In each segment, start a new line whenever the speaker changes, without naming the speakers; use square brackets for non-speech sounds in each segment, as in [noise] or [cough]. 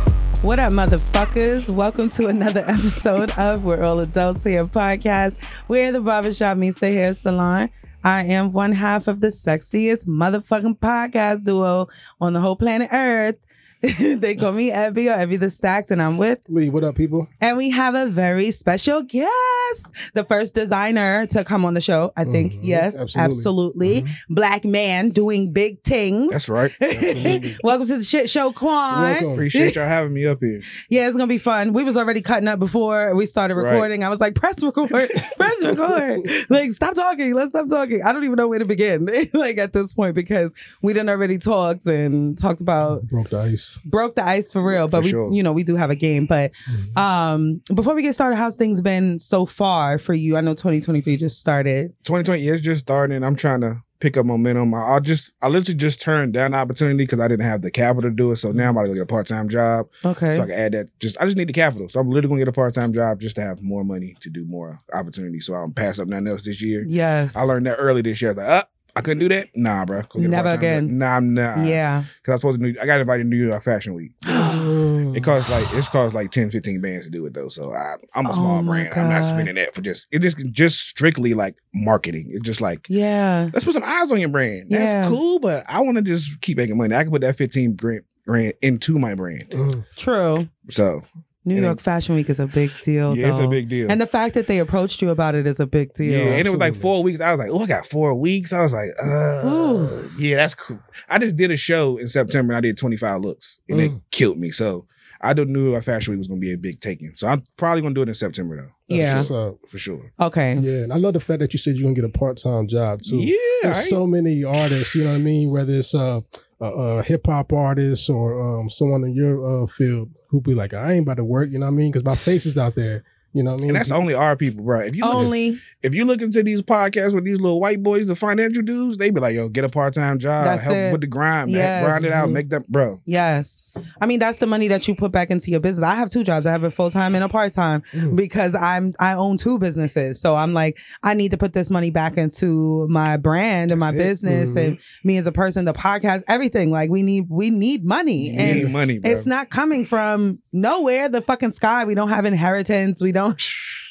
up, motherfuckers? Welcome to another [laughs] episode of We're All Adults Here podcast, where the barbershop meets the hair salon. I am one half of the sexiest motherfucking podcast duo on the whole planet Earth. [laughs] they call me Ebby or Ebby the Stacked, and I'm with.
Lee, what up, people?
And we have a very special guest, the first designer to come on the show. I think
Mhm.
yes, absolutely,
Absolutely. Mhm.
black man doing big things.
That's right.
Absolutely.
[laughs] Welcome to the shit show, Quan.
Welcome.
[laughs] Appreciate y'all having me up here.
Yeah, it's gonna be fun. We was already cutting up before we started
Right.
recording. I was like, press
[laughs]
record, press record. Like, stop talking. Let's stop talking. I don't even know where to begin. [laughs] like at this point because we done already talked and talked about
Broke the ice.
broke the ice for real. But
For
we,
sure.
you know, we do have a game. But
Mm.
um, before we get started, how's things been so far for you? I know 2023 just started.
2020 is just starting. I'm trying to pick up momentum. I, I just, I literally just turned down the opportunity because I didn't have the capital to do it. So now I'm about to go get a part time job
Okay.
so I can add that. Just, I just need the capital. So I'm literally gonna get a part time job just to have more money to do more opportunities. So I don't pass up nothing else this year.
Yes.
I learned that early this year. I was like, uh, I couldn't do that. Nah, bro. Go get a
Never
part-time
again.
job. Nah, I'm not.
Yeah.
Because I was supposed to. New, I got invited to New York Fashion [gasps] Week.
[gasps]
It costs like it's cost like 10, 15 bands to do it though. So I, I'm a
Oh
small
my
brand. I'm not
God.
spending that for just it is just strictly like marketing. It's just like
yeah.
let's put some eyes on your brand. That's
Yeah.
cool, but I want to just keep making money. I can put that 15 grand, grand into my brand.
Mm.
True.
So
New
And
York Fashion Week is a big deal.
yeah, it's a
though.
big deal.
And the fact that they approached you about it is a big deal.
yeah, and it was like
absolutely.
four weeks. I was like, oh, I got four weeks. I was like, uh,
Ooh.
yeah, that's cool. I just did a show in September and I did 25 looks and it
Mm.
killed me. So I don't knew our fashion week was going to be a big taking. So I'm probably going to do it in September though,
That's
Yeah.
What's up?
for sure.
Okay.
Yeah, and I love the fact that you said you're gonna get a part time job too.
Yeah,
There's
I ain't-
so many artists, you know what I mean? Whether it's uh, a, a hip hop artist or um, someone in your uh, field who be like, I ain't about to work, you know what I mean? Because my face is out there, you know what I mean?
and that's only our people, bro. If you look,
Only
if you look into these podcasts with these little white boys, the financial dudes, they be like, "Yo, get a part time job,
That's
help
it.
with the grind, man.
Yes.
grind it out,
Mhm.
make them, bro."
yes. I mean, that's the money that you put back into your business. I have two jobs. I have a full time and a part time
Mm.
because I'm I own two businesses. So I'm like, I need to put this money back into my brand and my
That's it. Mm-hmm.
business and me as a person, the podcast, everything. Like we need we need money.
You
And
need money, bro.
it's not coming from nowhere, the fucking sky. We don't have inheritance. We don't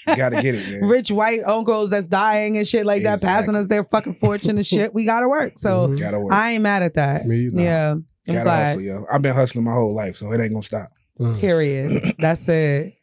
you gotta get
[laughs]
it, man.
rich white uncles that's dying and shit like that, passing
Exactly.
us their fucking fortune and shit. We gotta work. So
Mhm.
Gotta work.
I ain't mad at that.
Me either.
Yeah. I'm
Mm-hmm. gotta
glad.
hustle, yo. I've been hustling my whole life, so it ain't gonna stop.
Mm.
Period. That's it.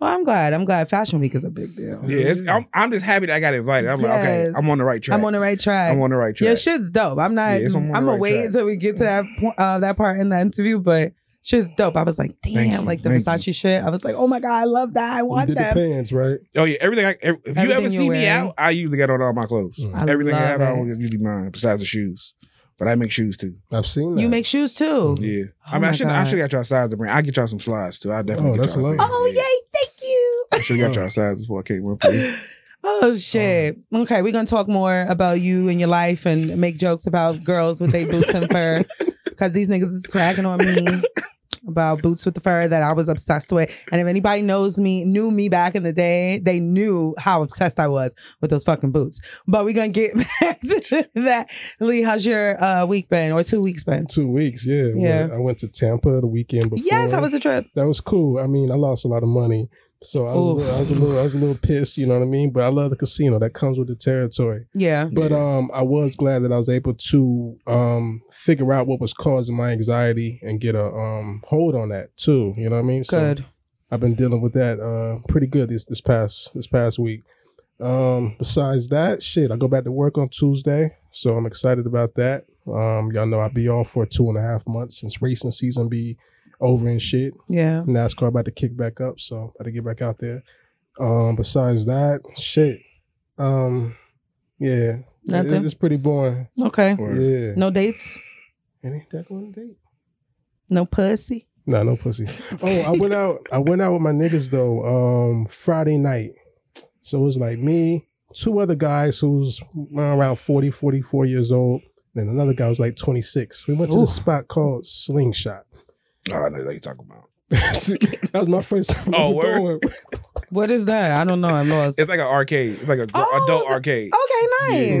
Well, I'm glad. I'm glad Fashion Week is a big deal.
Oh,
Yeah, it's, I'm, I'm just happy that I got invited. I'm like, okay,
Yes.
I'm on the right track.
I'm on the right track.
I'm on the right
Your
track.
shit's dope. I'm not.
Yeah, it's on
I'm
the
gonna
right
wait
track.
until we get to that point, uh, that part in the interview, but. Shit's dope. I was like,
Thank
damn,
you,
like the
thank you.
Versace shit. I was like, oh my God, I love that. I
You
want
did the
that.
pants, right?
oh yeah, everything. I, ev- if you
Everything
ever
you
see me
wear.
out, I usually got on all my clothes.
Mm.
I
everything I
love
have, I
it.
don't usually mine besides the shoes, but I make shoes too.
I've seen that.
You make shoes too.
Yeah.
Oh
I mean,
my
I should I
God.
should got y'all size to bring. I get y'all some slides too. I definitely
Oh,
get
that's
y'all. a
love.
pair.
Oh,
I
yay.
should got y'all size before I came up here.
Thank you. oh,
Um,
shit. Okay, we're going to talk more about you and your life and make jokes about girls with their boots and
[laughs]
fur because these niggas is cracking on me. About boots with the fur that I was obsessed with, and if anybody knows me, knew me back in the day, they knew how obsessed I was with those fucking boots. But we're gonna get [laughs] back to that. Lee, how's your uh, week been, or two weeks been?
Two weeks, yeah.
Yeah.
Went- I went to Tampa the weekend before.
Yes, I was a trip.
that was cool. I mean, I lost a lot of money, so I was, a
Oof.
little, I was a little, I was a little pissed. You know what I mean? But I love the casino. That comes with the territory.
Yeah,
[laughs] But um, I was glad that I was able to um figure out what was causing my anxiety and get a um hold on that too. You know what I mean? So
good.
I've been dealing with that uh pretty good this this past this past week. Um, besides that, shit, I go back to work on Tuesday, so I'm excited about that. Um, y'all know I'll be off for two and a half months since racing season be over and shit.
Yeah,
NASCAR about to kick back up, so I got to get back out there. Um, besides that, shit. Um, yeah,
Nothing?
It- it's pretty boring.
okay.
Or-
Yeah,
No dates,
And ain't that one date?
no pussy.
Nah, no pussy. Oh, I went out. I went out with my niggas though. Um, Friday night. So it was like me, two other guys who's around 40, 44 years old, and another guy was like 26. We went to
Oof.
this spot called Slingshot. [laughs]
Oh, I know what you talking about.
that was my first time
Oh,
ever
word.
going.
What is that? I don't know. I'm lost.
It's like an arcade. It's like a gr-
Oh,
adult
the-
arcade.
okay,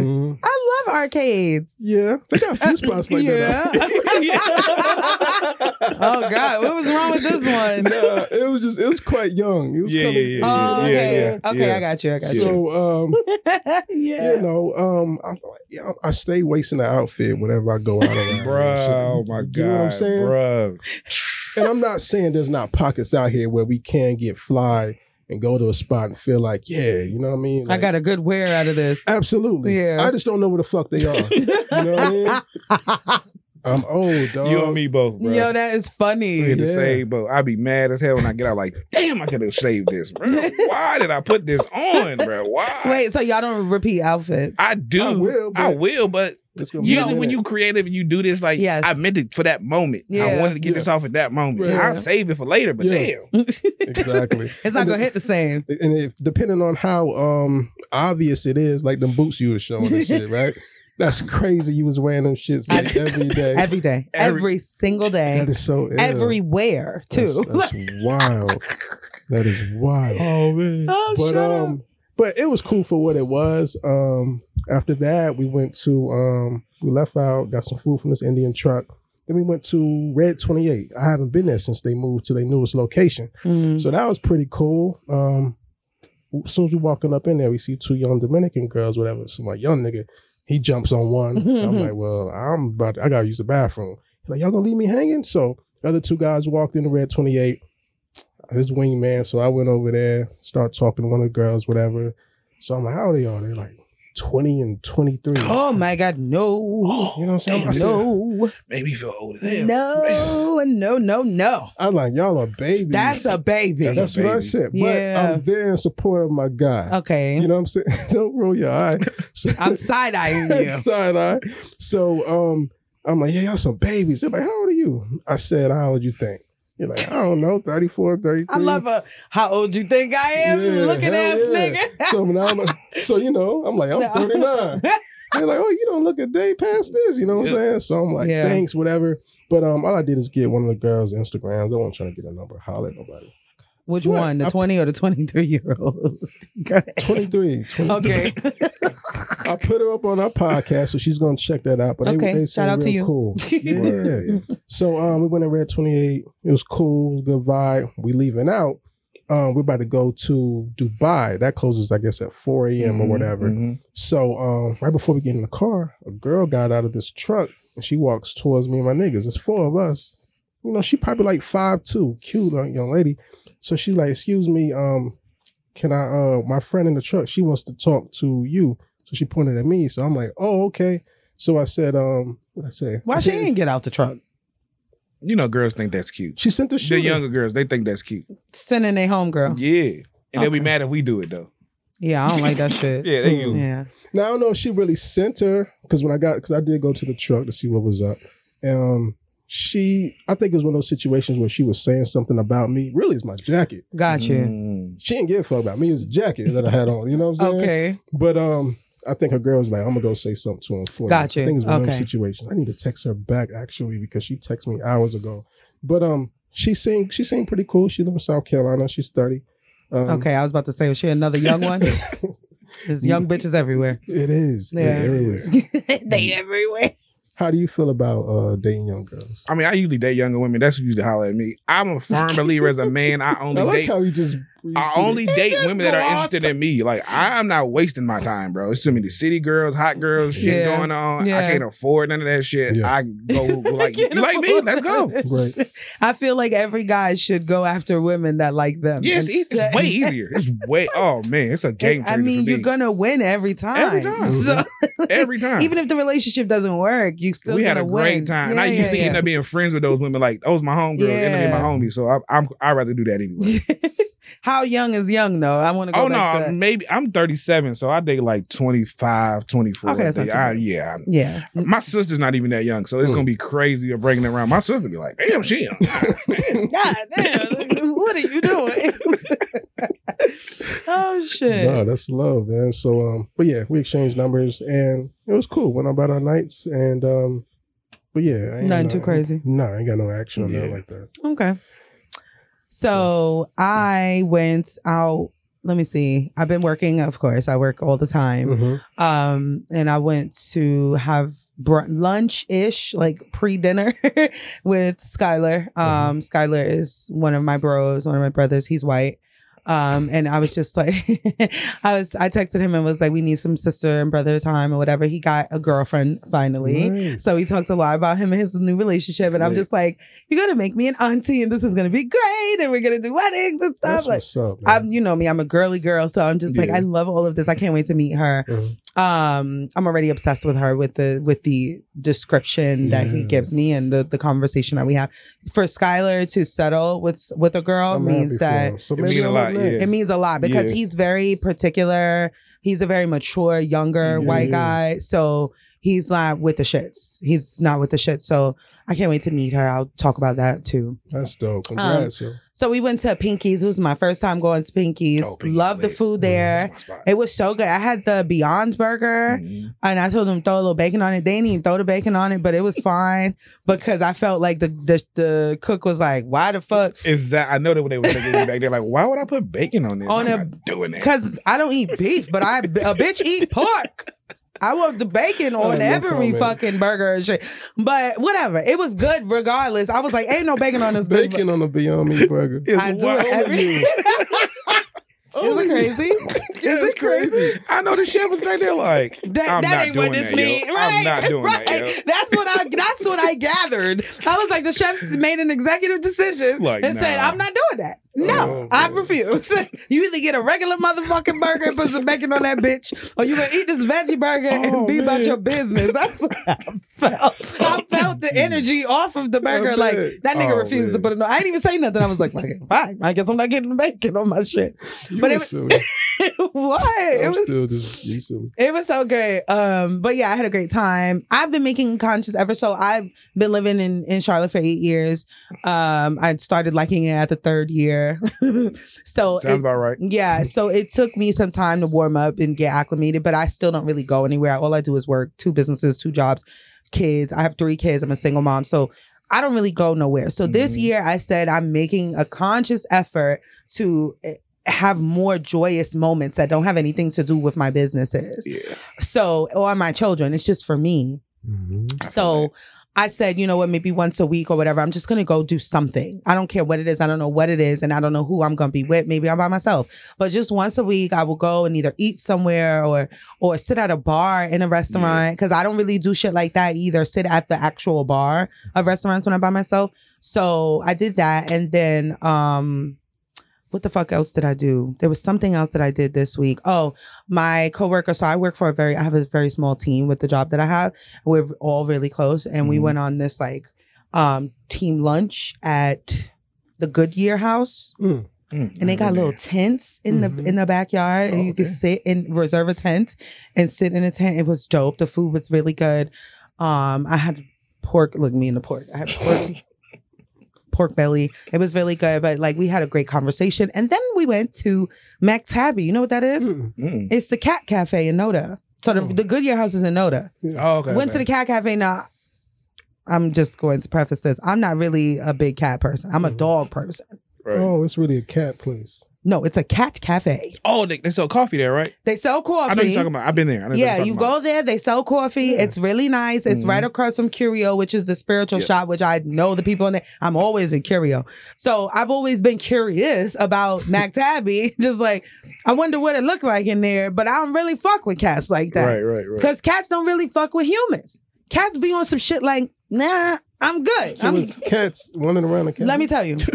nice.
Mhm.
I have arcades.
Yeah, they got a few spots like that.
Uh, yeah. [laughs]
[laughs]
oh God, what was wrong with this one?
[laughs] Nah, it was just it was quite young. It was
Yeah,
kinda-
yeah, yeah,
Oh,
yeah,
okay.
yeah,
okay,
yeah.
I got you. I got you.
So um,
[laughs] yeah.
you know, um, I'm, you know, I stay wasting the outfit whenever I go out. around.
Bruh, oh my god,
You know what I'm saying?
bruh.
And I'm not saying there's not pockets out here where we can get fly and go to a spot and feel like, yeah, you know what I mean?
I
Like,
got a good wear out of
[laughs]
this.
absolutely.
Yeah.
I just don't know where the fuck they are.
[laughs]
you know what I mean? I'm old, dog.
You and me both, bro.
Yo, that is
we in
funny.
the
Uh, Yeah.
same boat. I'd be mad as hell when I get out. Like, damn, I could have saved this, bro. Why did I put this on, bro? Why?
Wait, so y'all don't repeat outfits? [laughs]
I do.
I will, but-
I will, but
It's gonna be a
Usually, when
minute.
you creative and you do this, like
Yes.
I meant it for that moment.
Yeah.
I wanted to get
Yeah.
this off at that moment.
Right.
Yeah.
I'll save it for later, but
Yeah.
damn.
exactly.
It's not gonna hit the same.
And if, depending on how um obvious it is, like them boots you were showing and
[laughs]
shit, right? That's crazy. You was wearing them shits like, every day.
Every day, every,
Every-
single day,
that is so ill.
everywhere too.
That's, that's wild. That is wild.
Oh man.
[laughs] oh,
but
shut
um, but it was cool for what it was. Um, after that, we went to um, we left out, got some food from this Indian truck. Then we went to Red Twenty Eight. I haven't been there since they moved to their newest location,
up. Mm.
so that was pretty cool. Um, as soon as we walking up in there, we see two young Dominican girls, whatever. So my young nigga, he jumps on
[laughs]
one. I'm like, well, I'm about, to, I gotta use the bathroom. He's like, y'all gonna leave me hanging? So the other two guys walked in the Red Twenty Eight. His wingman. So I went over there, start talking to one of the girls, whatever. So I'm like, how old are y'all? They're like twenty and twenty three.
Oh my God,
[gasps]
no,
You know what I'm saying? I
Damn,
said-
no,
[gasps] Made me feel old as hell.
no, and no, no, no.
I'm like, y'all are babies.
That's a baby.
That's a
That's what I
baby.
said. But
Yeah.
I'm there in support of my guy.
okay,
You know what I'm saying? [laughs] Don't roll your eye. So-
[laughs] I'm side eyeing you.
[laughs] Side eye. So um, I'm like, yeah, y'all some babies. They're like, how old are you? I said, how old you think? You're like, I don't know, 34, 33.
I love a how old you think I am
Yeah,
looking
hell
ass
yeah.
nigga.
So now I'm a- so you know, I'm like, I'm
No. [laughs]
39. They're like, oh, you don't look a day past this. You know what I'm
Yeah.
saying? So I'm like,
Yeah.
thanks, whatever. But um, all I did is get one of the girls' Instagrams. I wasn't trying to get a number, holler at nobody.
[laughs] Which
What?
one, the
I-
twenty or the twenty-three year [laughs] old?
23.
[laughs]
23.
okay,
I put her up on our podcast, so she's gonna check that out. But
Okay,
they, they
shout
seem
out to
real
you.
Cool. Yeah. [laughs] So um, we went and read 28. It was cool, good vibe. We leaving out. Um, we're about to go to Dubai. That closes, I guess, at 4 a.m. or whatever.
Mhm.
So um, right before we get in the car, a girl got out of this truck and she walks towards me and my niggas. It's four of us. You know, she probably like five two, cute like, young lady. So she like, excuse me, um, can I? Uh, my friend in the truck, she wants to talk to you. So she pointed at me. So I'm like, oh okay. So I said, um, what I say?
[laughs] why
I
she
said-
didn't get out the truck?
You know, girls think that's cute.
She sent the shit.
The younger girls, they think that's cute.
Sending a homegirl.
Yeah. And they'll be
Okay.
mad if we do it though.
Yeah, I don't like
[laughs]
that shit.
Yeah, they
Mm.
do.
Yeah.
Now I don't know if she really sent her because when I got because I did go to the truck to see what was up. Um, she I think it was one of those situations where she was saying something about me. Really, it's my jacket.
Got you.
Mm.
She didn't give a fuck about me. It was a jacket that I had on. You know what I'm saying?
Okay.
But Mm-hmm. um, I think her girl was like, "I'm gonna go say something to him for." you."
Got you.
I think it was one of
Okay.
those situations. I need to text her back actually because she texted me hours ago. But um, she seemed she seemed pretty cool. She lives in South Carolina. She's thirty. Um,
Okay. I was about to say, was she another young
[laughs]
one? There's young bitches everywhere. [laughs]
It is.
Yeah.
It is. Mm.
they everywhere.
How do you feel about uh dating young girls?
I mean, I usually date younger women. That's who usually holler at me. I'm a firm believer as a
[laughs]
man. I only
I like
date
how he just.
I
[laughs]
only date
just
women that are
glossed.
interested in me. Like I'm not wasting my time, bro. It's too many city girls, hot girls, shit
Yeah.
going on. I
Yeah.
can't afford none of that shit.
Yeah. [laughs]
I go [laughs] like you like me, let's go.
Right.
I feel like every guy should go after women that like them.
Yeah, it's,
And-
ea- it's
[laughs]
way easier. It's way oh man, it's a game changer
I mean,
for me.
you're [laughs] gonna win every time.
Every time.
So,
Every time.
even if the relationship doesn't work, you still
we had
gonna
a great
win.
time, and
Yeah,
I
yeah,
usually end up being friends with those women. Like those my homegirls, end up being my
Yeah.
homies. So I, I'm I'd rather do that anyway.
yeah. [laughs] How young is young though? I want to go.
Oh no,
back to
I'm-
that.
maybe I'm 37, so I date like 25, 24.
Okay, that's not
They-
too
I-
bad.
yeah, I-
yeah.
My sister's not even that young, so it's
Mm.
gonna be crazy of bringing her around. My sister be like, "Damn, she young." [laughs]
God damn! what are you doing? [laughs] oh shit!
No, that's love, man. So, um, but yeah, we exchanged numbers, and it was cool. Went on about our nights, and um, but yeah, I ain't
Nothing
no-
too crazy.
No, I ain't got no action or nothing
Yeah.
like that.
Okay. So I went out let me see. I've been working, of course. I work all the time.
Mhm.
Um, and I went to have br- lunch ish, like pre dinner, [laughs] with Skylar. Um, Skylar is one of my bros, one of my brothers. He's white. Um, and I was just like, [laughs] I was, I texted him and was like, we need some sister and brother time or whatever. He got a girlfriend finally.
Nice.
So we talked a lot about him and his new relationship. And I'm
Lit.
just like, you're going to make me an auntie and this is going to be great. And we're going to do weddings and stuff.
That's
like,
what's up. man.
I'm, you know me, I'm a girly girl. So I'm just like,
Yeah.
I love all of this. I can't wait to meet her.
Mhm.
Um, I'm already obsessed with her with the with the description that he
Yeah.
gives me and the the conversation that we have. For Skylar to settle with with a girl
I'm happy
means
for
that
him. So
It
maybe
mean a
I'm
lot,
next.
yeah.
it means a lot because
Yeah.
he's very particular. He's a very mature, younger
Yeah,
white
he
guy. So he's not with the shits. He's not with the shits. So I can't wait to meet her. I'll talk about that too.
That's dope.
Um,
Congrats, yo.
So we went to Pinky's. It was my first time going to Pinky's.
Oh, Pinky's
Love the
lit. Mm-hmm.
food there.
That's my spot.
It was so good. I had the Beyond Burger
Mhm.
and I told them throw a little bacon on it. They didn't even throw the bacon on it, but it was fine because I felt like the the, the cook was like, why the fuck?
Is that I know that when they were thinking back there, like, why would I put bacon on this?
On
I'm
a-
not doing that.
Because I don't eat beef, but I a bitch eat pork. I want the bacon
Oh,
on
no
every
comment.
fucking burger and shit. But whatever. It was good regardless. I was like, ain't no bacon on this bitch.
Bacon on the Beyond
[laughs]
Meat burger.
It's
I do
wild. Oh
it
[laughs]
every. [laughs] Is
Holy-
it
[laughs]
crazy?
Yeah,
Is
it's
it crazy?
I know the chef was back there like
That, that
I'm not
ain't what
doing
this
[laughs] that, yo.
means.
I'm
Right.
not doing
[laughs] right.
that, yo.
That's what I that's what I gathered. I was like, the chef made an executive decision
Like,
and said,
nah.
I'm not doing that. No,
Oh,
I
boy.
refuse. [laughs] you either get a regular motherfucking burger and put some bacon on that bitch, or you gonna eat this veggie burger
Oh,
and be about
man.
your business. [laughs] That's what I felt. I felt the energy off of the burger. Like
bet.
that nigga
Oh,
refused to
man.
put it on. I didn't even say nothing. I was like, like, fine, I guess I'm not getting bacon on my shit. [laughs]
You
But
were
it-
silly.
what? [laughs]
I'm
It was
still just you silly.
it was so good. Um, but yeah, I had a great time. I've been making conscious ever so. I've been living in in Charlotte for eight years. Um, I started liking it at the third year. [laughs] so
Sounds
it,
about right.
yeah, so it took me some time to warm up and get acclimated. But I still don't really go anywhere. All I do is work, two businesses, two jobs, kids. I have three kids. I'm a single mom, so I don't really go nowhere. So this
Mhm.
year, I said I'm making a conscious effort to. eh, Have more joyous moments that don't have anything to do with my businesses
Yeah.
so or my children it's just for me Mm-hmm.
I feel
so i said you know what maybe once a week or whatever i'm just gonna go do something i don't care what it is i don't know what it is and i don't know who i'm gonna be with maybe i'm by myself but just once a week i will go and either eat somewhere or or sit at a bar in a restaurant because i don't really do shit like that either sit at the actual bar of restaurants when i'm by myself so i did that and then um what the fuck else did I do? There was something else that I did this week. Oh, my coworker. So I work for a very, I have a very small team with the job that I have. We're all really close, and we
Mhm.
went on this like um team lunch at the Goodyear house,
Mm,
and they
I've
got
been
little
there.
tents in
Mhm.
the in the backyard, and
Oh,
you could
okay.
sit and reserve a tent and sit in a tent. It was dope. The food was really good. Um, I had pork. Look me in the pork. I had pork. Pork belly. It was really good, but like we had a great conversation. And then we went to Mac Tabby. You know what that is?
Mm.
Mm.
It's the Cat Cafe in Noda. So the,
Oh.
the Goodyear house is in Noda.
Oh, okay.
Went to the Cat Cafe. Now, I'm just going to preface this. I'm not really a big cat person. I'm a
Mhm.
dog person.
Right.
Oh, it's really a cat place.
No, it's a cat cafe.
Oh, they, they sell coffee there, right?
They sell coffee.
I know you're talking about. I've been there. I know
yeah,
you're
you go there. They sell coffee.
Yeah.
It's really nice. It's
Mhm.
right across from Curio, which is the spiritual
Yeah.
shop. Which I know the people in there. I'm always in Curio, so I've always been curious about
[laughs]
Mac Tabby. [laughs] Just like I wonder what it looked like in there, but I don't really fuck with cats like that.
Right, right, right.
Because cats don't really fuck with humans. Cats be on some shit like, nah, I'm good.
So
I'm-
it's cats running around the cat.
let me tell
[laughs]
you. [laughs]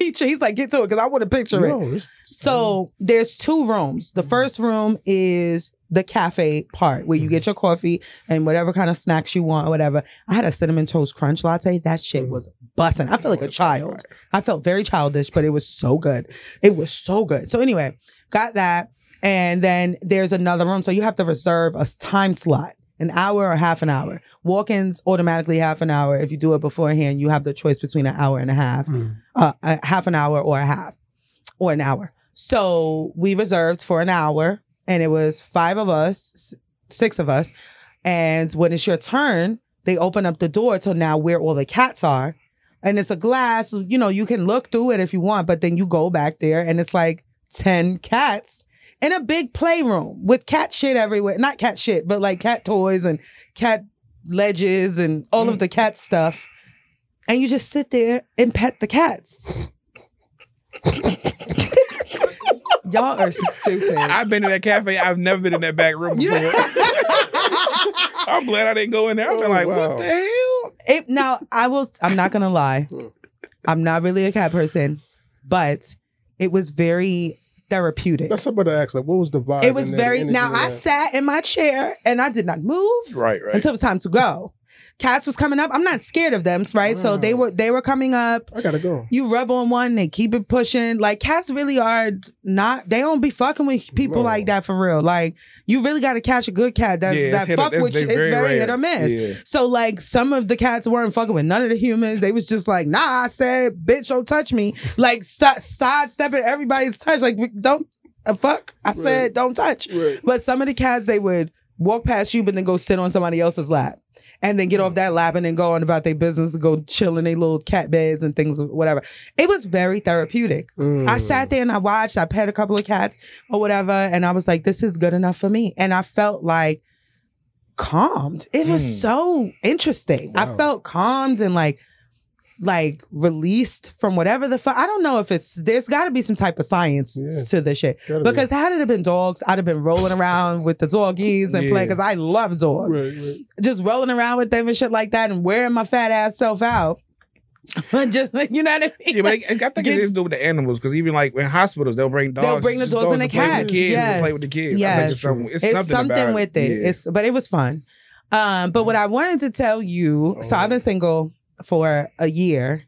He- He's like, get to it because I want to picture it.
No, it's
So there's two rooms. The first room is the cafe part where you get your coffee and whatever kind of snacks you want or whatever. I had a cinnamon toast crunch latte. That shit was bussin'. I felt like a child. I felt very childish, but it was so good. It was so good. So anyway, got that. And then there's another room. So you have to reserve a s- time slot, an hour or half an hour. Walk-ins automatically half an hour. If you do it beforehand, you have the choice between an hour and a half,
Hmm.
Mm.
uh, a half an hour or a half, or an hour. So we reserved for an hour, and it was five of us, s- six of us. And when it's your turn, they open up the door to now where all the cats are. And it's a glass, you know, you can look through it if you want, but then you go back there and it's like 10 cats in a big playroom with cat shit everywhere. Not cat shit, but like cat toys and cat ledges and all of the cat stuff. And you just sit there and pet the cats. Y'all are stupid.
I've been in that cafe. I've never been in that back room before. [laughs] I'm glad I didn't go in there. I've been
Oh,
like,
wow.
what the hell?
It, now I will. I'm not gonna
[laughs]
lie.
Hmm.
I'm not really a cat person, but it was very therapeutic.
That's about to ask. Like, what was the vibe?
It was
and the
very.
energy
Now
of
I
that?
sat in my chair and I did not move
Right,
until it was time to go. Cats was coming up. I'm not scared of them, right? So they
Mm.
Wow.
were they were coming up.
I gotta go.
You rub on one, they keep it pushing. Like cats really are not. They don't be fucking with people
No.
like that for real. Like you really got to catch a good cat that's,
it's
that
hit or-
fuck
that's-
with you.
they
It's very
rare.
hit or miss.
Yeah.
So like some of the cats weren't fucking with none of the humans. They was just like, nah, I said, bitch, don't touch me. Like st- sidestepping everybody's touch. Like we- don't uh, fuck. I
Right.
said don't touch.
Right.
But some of the cats they would walk past you, but then go sit on somebody else's lap. And then get off that lap and then go on about their business and go chill in their little cat beds and things, whatever. It was very therapeutic.
Mm.
I sat there and I watched, I pet a couple of cats or whatever, and I was like, this is good enough for me. And I felt like calmed. It was
Mm.
so interesting. I
Wow.
felt calmed and like like released from whatever the fuck. I don't know if it's there's gotta be some type of science
Yeah.
to this shit.
Gotta be.
Because had it have been dogs, I'd have been rolling around with the doggies and
Yeah.
playing because I love dogs
Right, right.
just rolling around with them and shit like that and wearing my fat ass self out. [laughs] just you know what I mean?
[laughs] Yeah, but I, I think it
Gets-
is do with the animals because even like in hospitals, they'll bring dogs.
They'll bring the
just
dogs and the
to play
cats.
With the kids,
Yes.
to play with the kids. I
Yes.
think it's something, it's
it's
something,
something,
about
with it.
Yeah. Mm-hmm.
It's but it was fun. Um, but what I wanted to tell you, so
Oh.
I've been single for a year.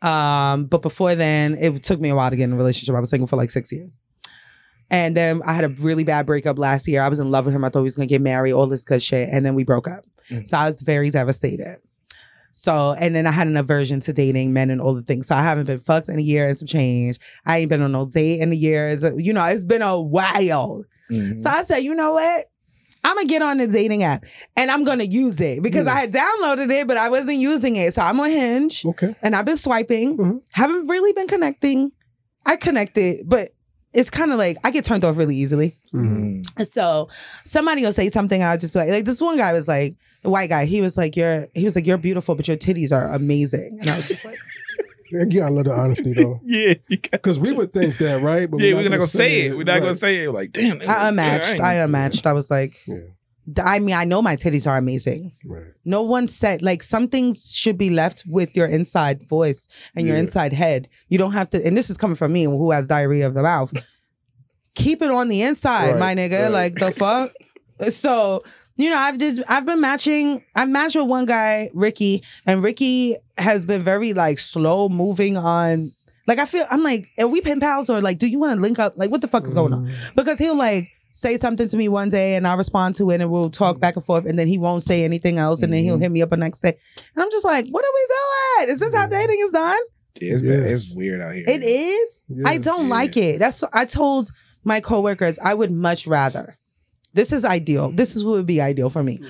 Um, but before then, it took me a while to get in a relationship. I was single for like six years. And then I had a really bad breakup last year. I was in love with him. I thought we was gonna get married, all this good shit. And then we broke up.
Mm.
So I was very devastated. So and then I had an aversion to dating men and all the things. So I haven't been fucked in a year and some change. I ain't been on no date in a year. It's a- You know, it's been a while.
Mhm.
So I said, you know what? I'm gonna get on the dating app and I'm gonna use it because I had downloaded it, but I wasn't using it. So I'm on Hinge
Okay.
and I've been swiping.
Mhm.
Haven't really been connecting. I connected, but it's kind of like I get turned off really easily.
Mhm.
So somebody will say something, and I'll just be like, like this one guy was like, the white guy, he was like, You're he was like, You're beautiful, but your titties are amazing. And I was just like,
Yeah, you gotta love the honesty
[laughs]
though,
Yeah, you got-
because we would think that, right? But
yeah, we're not gonna say it. We're not
Right.
gonna say it. Like, damn, that- yeah,
I unmatched.
ain't-
I unmatched. I was like,
Yeah.
I mean, I know my titties are amazing.
Right.
No one said like some things should be left with your inside voice and your
Yeah.
inside head. You don't have to. And this is coming from me, who has diarrhea of the
[laughs]
mouth. Keep it on the inside,
Right,
my nigga.
right.
Like the
[laughs]
fuck. so you know, I've just I've been matching. I've matched with one guy, Ricky, and Ricky has been very like slow moving on. Like I feel I'm like, are we pen pals or like, do you want to link up? Like, what the fuck is
Mm.
going on? because he'll like say something to me one day and I respond to it and we'll
Mm-hmm.
talk back and forth and then he won't say anything else and then he'll
Mhm.
hit me up the next day. And I'm just like, what are we doing? Is this how
Mhm.
dating is done?
Yeah, it's, bad.
Yes.
it's weird out here.
It is. I
Yes.
don't
Yeah.
like it. That's I told my coworkers I would much rather. This is ideal. This is what would be ideal for me.
Mm-hmm.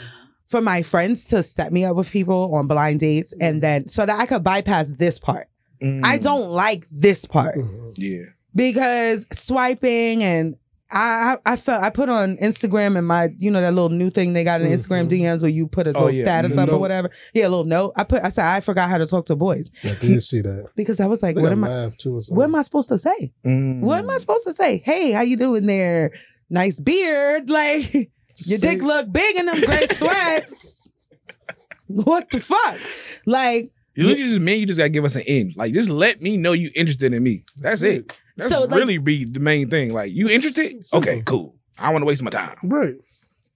For my friends to set me up with people on blind dates
Mm-hmm.
and then so that I could bypass this part.
Mm.
I don't like this part
Mhm.
Yeah.
because swiping and I, I I felt I put on Instagram and my you know that little new thing they got in Instagram
Mhm.
DMs where you put a
Oh,
little
yeah,
status
the
up or
note.
whatever. Yeah, a little note. I put I said I forgot how to talk to boys
I did see that.
because I was like,
They
what
got
am I?
live, too, or
What am I supposed to say?
Mm.
What
Mm-hmm.
am I supposed to say? Hey, how you doing there? Nice beard, [laughs] like
something.
your dick
Say-
look big in them gray
[laughs]
sweats. what the fuck? Like
You literally just mean you just gotta give us an end. Like, just let me know you interested in me. That's it. That's
So, like-
really be the main thing. Like, you interested?
Simple.
Okay, cool. I don't want to waste my time.
Right.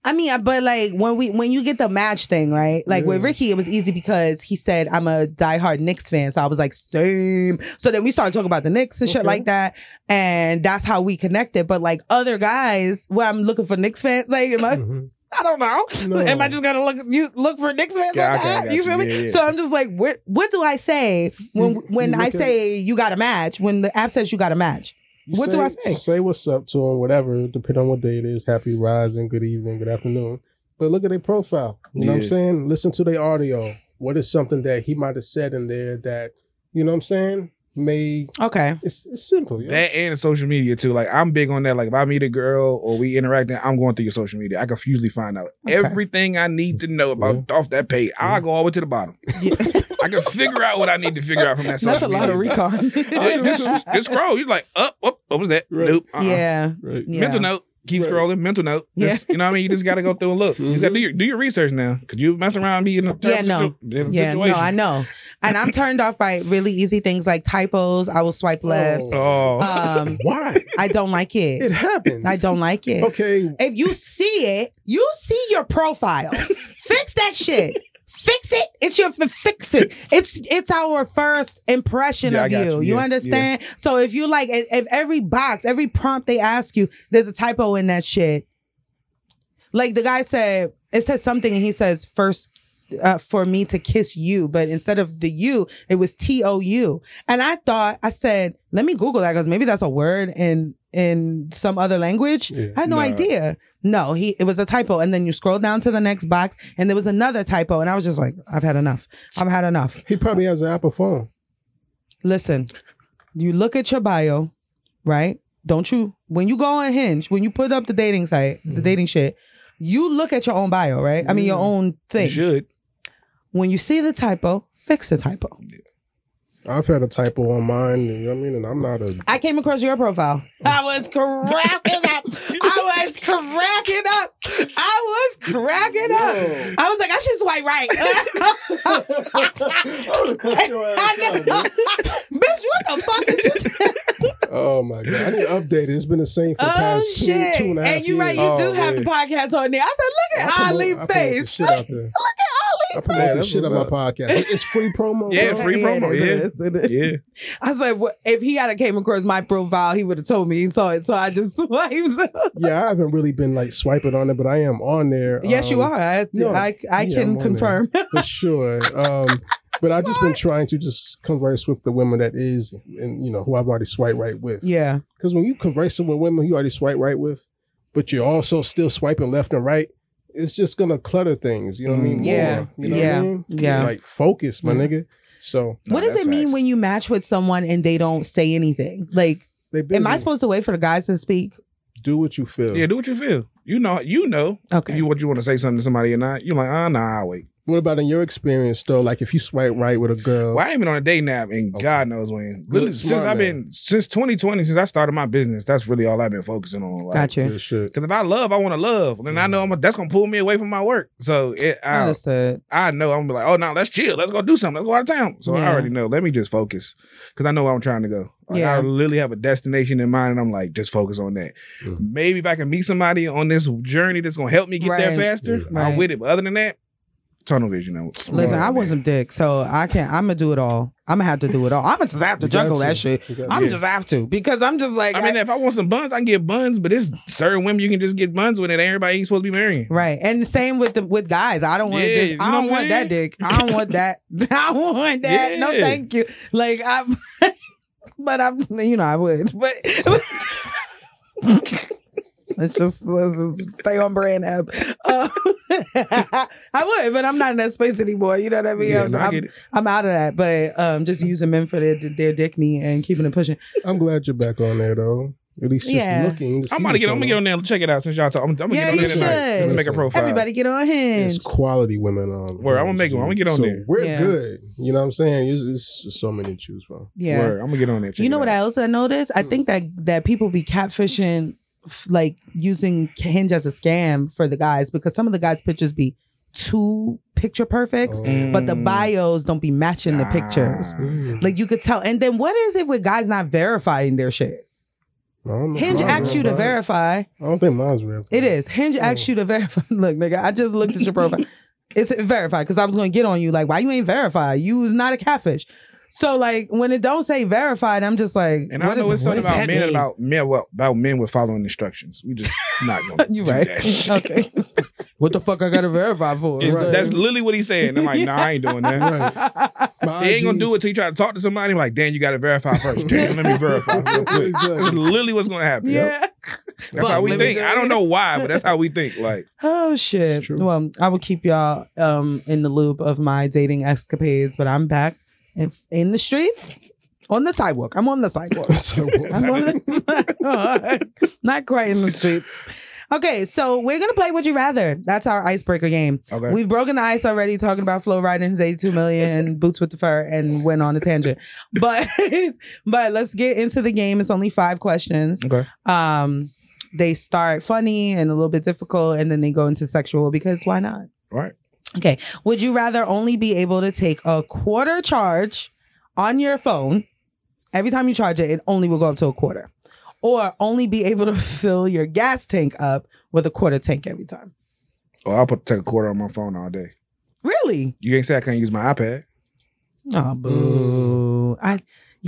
I mean, I- but like when we when you get the match thing, right? Like with
Yeah.
Ricky, it was easy because he said I'm a diehard Knicks fan, so I was like, same. So then we started talking about the Knicks and shit
Okay.
like that, and that's how we connected. But like other guys, well, I'm looking for Knicks fans. Like, am I? [laughs]
Mhm.
I don't know.
No.
Am I just gonna look you look for Knicks fans
Yeah,
on
okay, I
the app?
got
You
you.
feel me?
Yeah, yeah.
So I'm just like, what what do I say when
You-
when
you
I
look at-
say you got a match? When the app says you got a match?
You
What do I
[laughs]
say?
Say what's up to them, whatever, depending on what day it is. Happy rising, good evening, good afternoon. But look at their profile. You know what I'm
Yeah.
saying? Listen to their audio. What is something that he might have said in there that, you know what I'm saying? May.
Okay.
It's, it's simple. Oh, Yeah.
That and social media too. Like I'm big on that. Like if I meet a girl or we interacting, I'm going through your social media. I can usually find out
Okay.
everything I need to know about off that page. I'll go all the way to the bottom.
Yeah.
[laughs] I can figure out what I need to figure out from that social
That's a lot
media.
of recon.
Yeah, just,
[laughs]
just scroll. You're like, up, up. What was that?
Right.
Nope. Uh-uh.
Yeah.
right.
Yeah.
Mental note. Keep
Right. Mm-hmm.
scrolling. Mental note. Just- You know what I mean? You just got to go through and look. You just got to do your, do your research now. Could you mess around and be in a
Yeah,
terrible
no.
situ- in a
Yeah, no,
situation?
I know. And I'm turned off by really easy things like typos. I will swipe left.
Oh.
Um,
Why?
I don't like
It
it.
happens.
I don't like it.
Okay.
If you see it, you see your
[laughs]
profile. Fix that shit. Fix it. It's your f- fix it. It's it's our first impression
Yeah, I
of you.
got
You,
you. Yeah,
understand? So if you like, if if every box, every prompt they ask you, there's a typo in that shit. Like the guy said, it says something, and he says first. Uh, for me to kiss you, but instead of the you, it was T O U. And I thought, I said, let me Google that because maybe that's a word in in some other language.
Yeah.
I had no
Nah.
idea. No, he it was a typo, and then you scroll down to the next box, and there was another typo, and I was just like, I've had enough. I've had enough.
He probably has an Apple phone.
Listen, you look at your bio, right? Don't you? When you go on Hinge, when you put up the dating site, the
Mhm.
dating shit, you look at your own bio, right? I mean, your
Yeah.
own
you
thing.
should.
When you see the typo, fix the typo.
I've had a typo on mine. You know what I mean? And I'm
[laughs]
not a.
I came across your profile. I was cracking up. I was cracking up. I was cracking up.
Whoa.
I was like, I should swipe right. [laughs] I know. [laughs] Bitch, what the fuck is you
oh my god! I need to update it. It's been the same for the
Oh
past two,
shit.
two and a half
and you're right,
years. Oh,
you do
Oh,
have the podcast on there. I said, look at
I
Ali
promote- I promote the
face.
Shit
[laughs]
out there. I promote
Yeah,
the
that's
shit on my
what's
podcast. It's free
[laughs]
promo.
Yeah,
bro.
free promo,
it
yeah.
is, it is.
Yeah.
I said, well, if he had came across my profile, he would have told me he saw it. So I just [laughs] swiped.
Yeah, I haven't really been like swiping on it, but I am on there.
yes, you
um,
are. I,
no.
I, I
Yeah, I'm on
can
there.
confirm. [laughs]
for sure. Um, but I've just been trying to just converse with the women that is, and you know who I've already swiped right with.
yeah.
Because when you conversing with women who you already swipe right with, but you're also still swiping left and right, it's just gonna clutter things. You know what I mean?
Mm,
yeah,
More, you know
yeah,
What I mean?
yeah. Mm.
Like focus, my
Yeah.
nigga. So
Nah,
what does
that's
it mean
facts.
when you match with someone and they don't say anything? Like,
they busy.
am I supposed to wait for the guys to speak?
do what you feel?
Yeah, do what you feel. You know, you know if
Okay.
you what you want to say something to somebody or not. You're like, ah, nah, I'll wait.
What about in your experience though? Like if you swipe right with a girl,
Well, I ain't been on a day nap and
Okay.
God knows when.
Good,
Really, since
smart
I've
man.
been since 2020, since I started my business, that's really all I've been focusing on. Like,
gotcha.
Good shit.
Because if I love, I want to love, and
Mm.
I know I'm that's gonna pull me away from my work. So it, I,
Understood.
I know I'm gonna be like, oh no, let's chill, let's go do something, let's go out of town. So I
Yeah.
already know. Let me just focus because I know where I'm trying to go. Like,
Yeah.
I literally have a destination in mind, and I'm like, just focus on that.
Mhm.
Maybe if I can meet somebody on this journey that's gonna help me get there
Right.
faster,
Yeah.
I'm
Right.
with it. But other than that, tunnel vision. I'm-
Listen,
I'm going
I
on that.
wasn't dick, so I can't. I'm gonna do it all. I'm gonna have to do it all. I'm gonna just have to
You got
juggle
to.
that shit.
You got
I'm
to.
just have to because I'm just like
I mean, if I want some buns, I can get buns, but it's certain women you can just get buns with, and everybody ain't supposed to be marrying.
right. And the same with the with guys. I don't want
Yeah,
to
you
just.
know
I
what
don't
I'm
want that
saying?
dick. I don't
[laughs]
want that. [laughs] I don't want that. No,
Yeah.
thank you. Like I'm, [laughs] but I'm. You know, I would. But [laughs] let's just let's just stay on brand up. Uh, [laughs] I would, but I'm not in that space anymore. You know what I mean?
Yeah,
I'm,
no, I
I'm-
get it.
I'm out of that, but um, just
Mm-hmm.
using men for their their dick me and keeping it pushing.
I'm glad you're back on there though. At least just
Yeah.
looking. see
I'm about to get.
what's
I'm gonna
going
get on there. and Check it out since y'all talk. I'm, I'm gonna
Yeah,
get on
you
there tonight. Just
should.
make a profile.
Everybody get on
It's
hinge.
quality women on.
Word, I'm gonna make
it.
one. I'm gonna get on
so
there.
We're
Yeah.
good. You know what I'm saying? It's, it's just so many to choose from.
Yeah.
Word. I'm gonna get on there. Check
You know
it
what
out. Mm.
else I noticed? I think that that people be catfishing, f- like using Hinge as a scam for the guys because some of the guys' pictures be too picture perfect,
Oh.
but the
Mm.
bios don't be matching the pictures.
Ah.
Mm.
Like you could tell. And then what is it with guys not verifying their shit?
I don't know.
Hinge
Mine
asks you to
verified.
verify.
I don't think mine's real.
It
Mm.
is. Hinge asks you to verify. [laughs] Look, nigga, I just looked at your
[laughs]
profile. it's verified because I was gonna get on you. Like, why you ain't verified? You was not a catfish. So like when it don't say verified, I'm just like,
And I
what
know
is-
it's
what
something
does
about
that
men
mean?
about men well, about men with following instructions. We just not
[laughs]
gonna.
[laughs] You
do
right?
that shit. [laughs]
okay. what the fuck I gotta verify for?
It-
Right.
That's literally what he's saying. I'm like, nah, I ain't
[laughs]
doing that. He ain't gonna do it till you try to talk to somebody. I'm like, Dan, you gotta
[laughs]
verify first. Damn, let me verify real quick. That's literally what's gonna happen.
yeah.
That's
Fuck,
how we
let me
think.
do
I don't
it.
know why, but that's how we think. Like,
Oh shit.
true.
Well, I will keep y'all um in the loop of my dating escapades, but I'm back in, in the streets. on the sidewalk. I'm on the sidewalk.
[laughs] So,
I'm on [laughs] the sidewalk. Not quite in the streets. Okay, so we're gonna play Would You Rather. That's our icebreaker game.
Okay.
We've broken the ice already talking about Flo Rida and his 82 million [laughs] and Boots with the Fur and went on a tangent. But [laughs] but let's get into the game. It's only five questions.
Okay.
Um they start funny and a little bit difficult and then they go into sexual because why not?
Right.
Okay. Would you rather only be able to take a quarter charge on your phone? Every time you charge it, it only will go up to a quarter. Or only be able to [laughs] fill your gas tank up with a quarter tank every time.
Oh, I'll put take a quarter on my phone all day.
Really?
You ain't say I can't use my iPad.
Oh, boo. I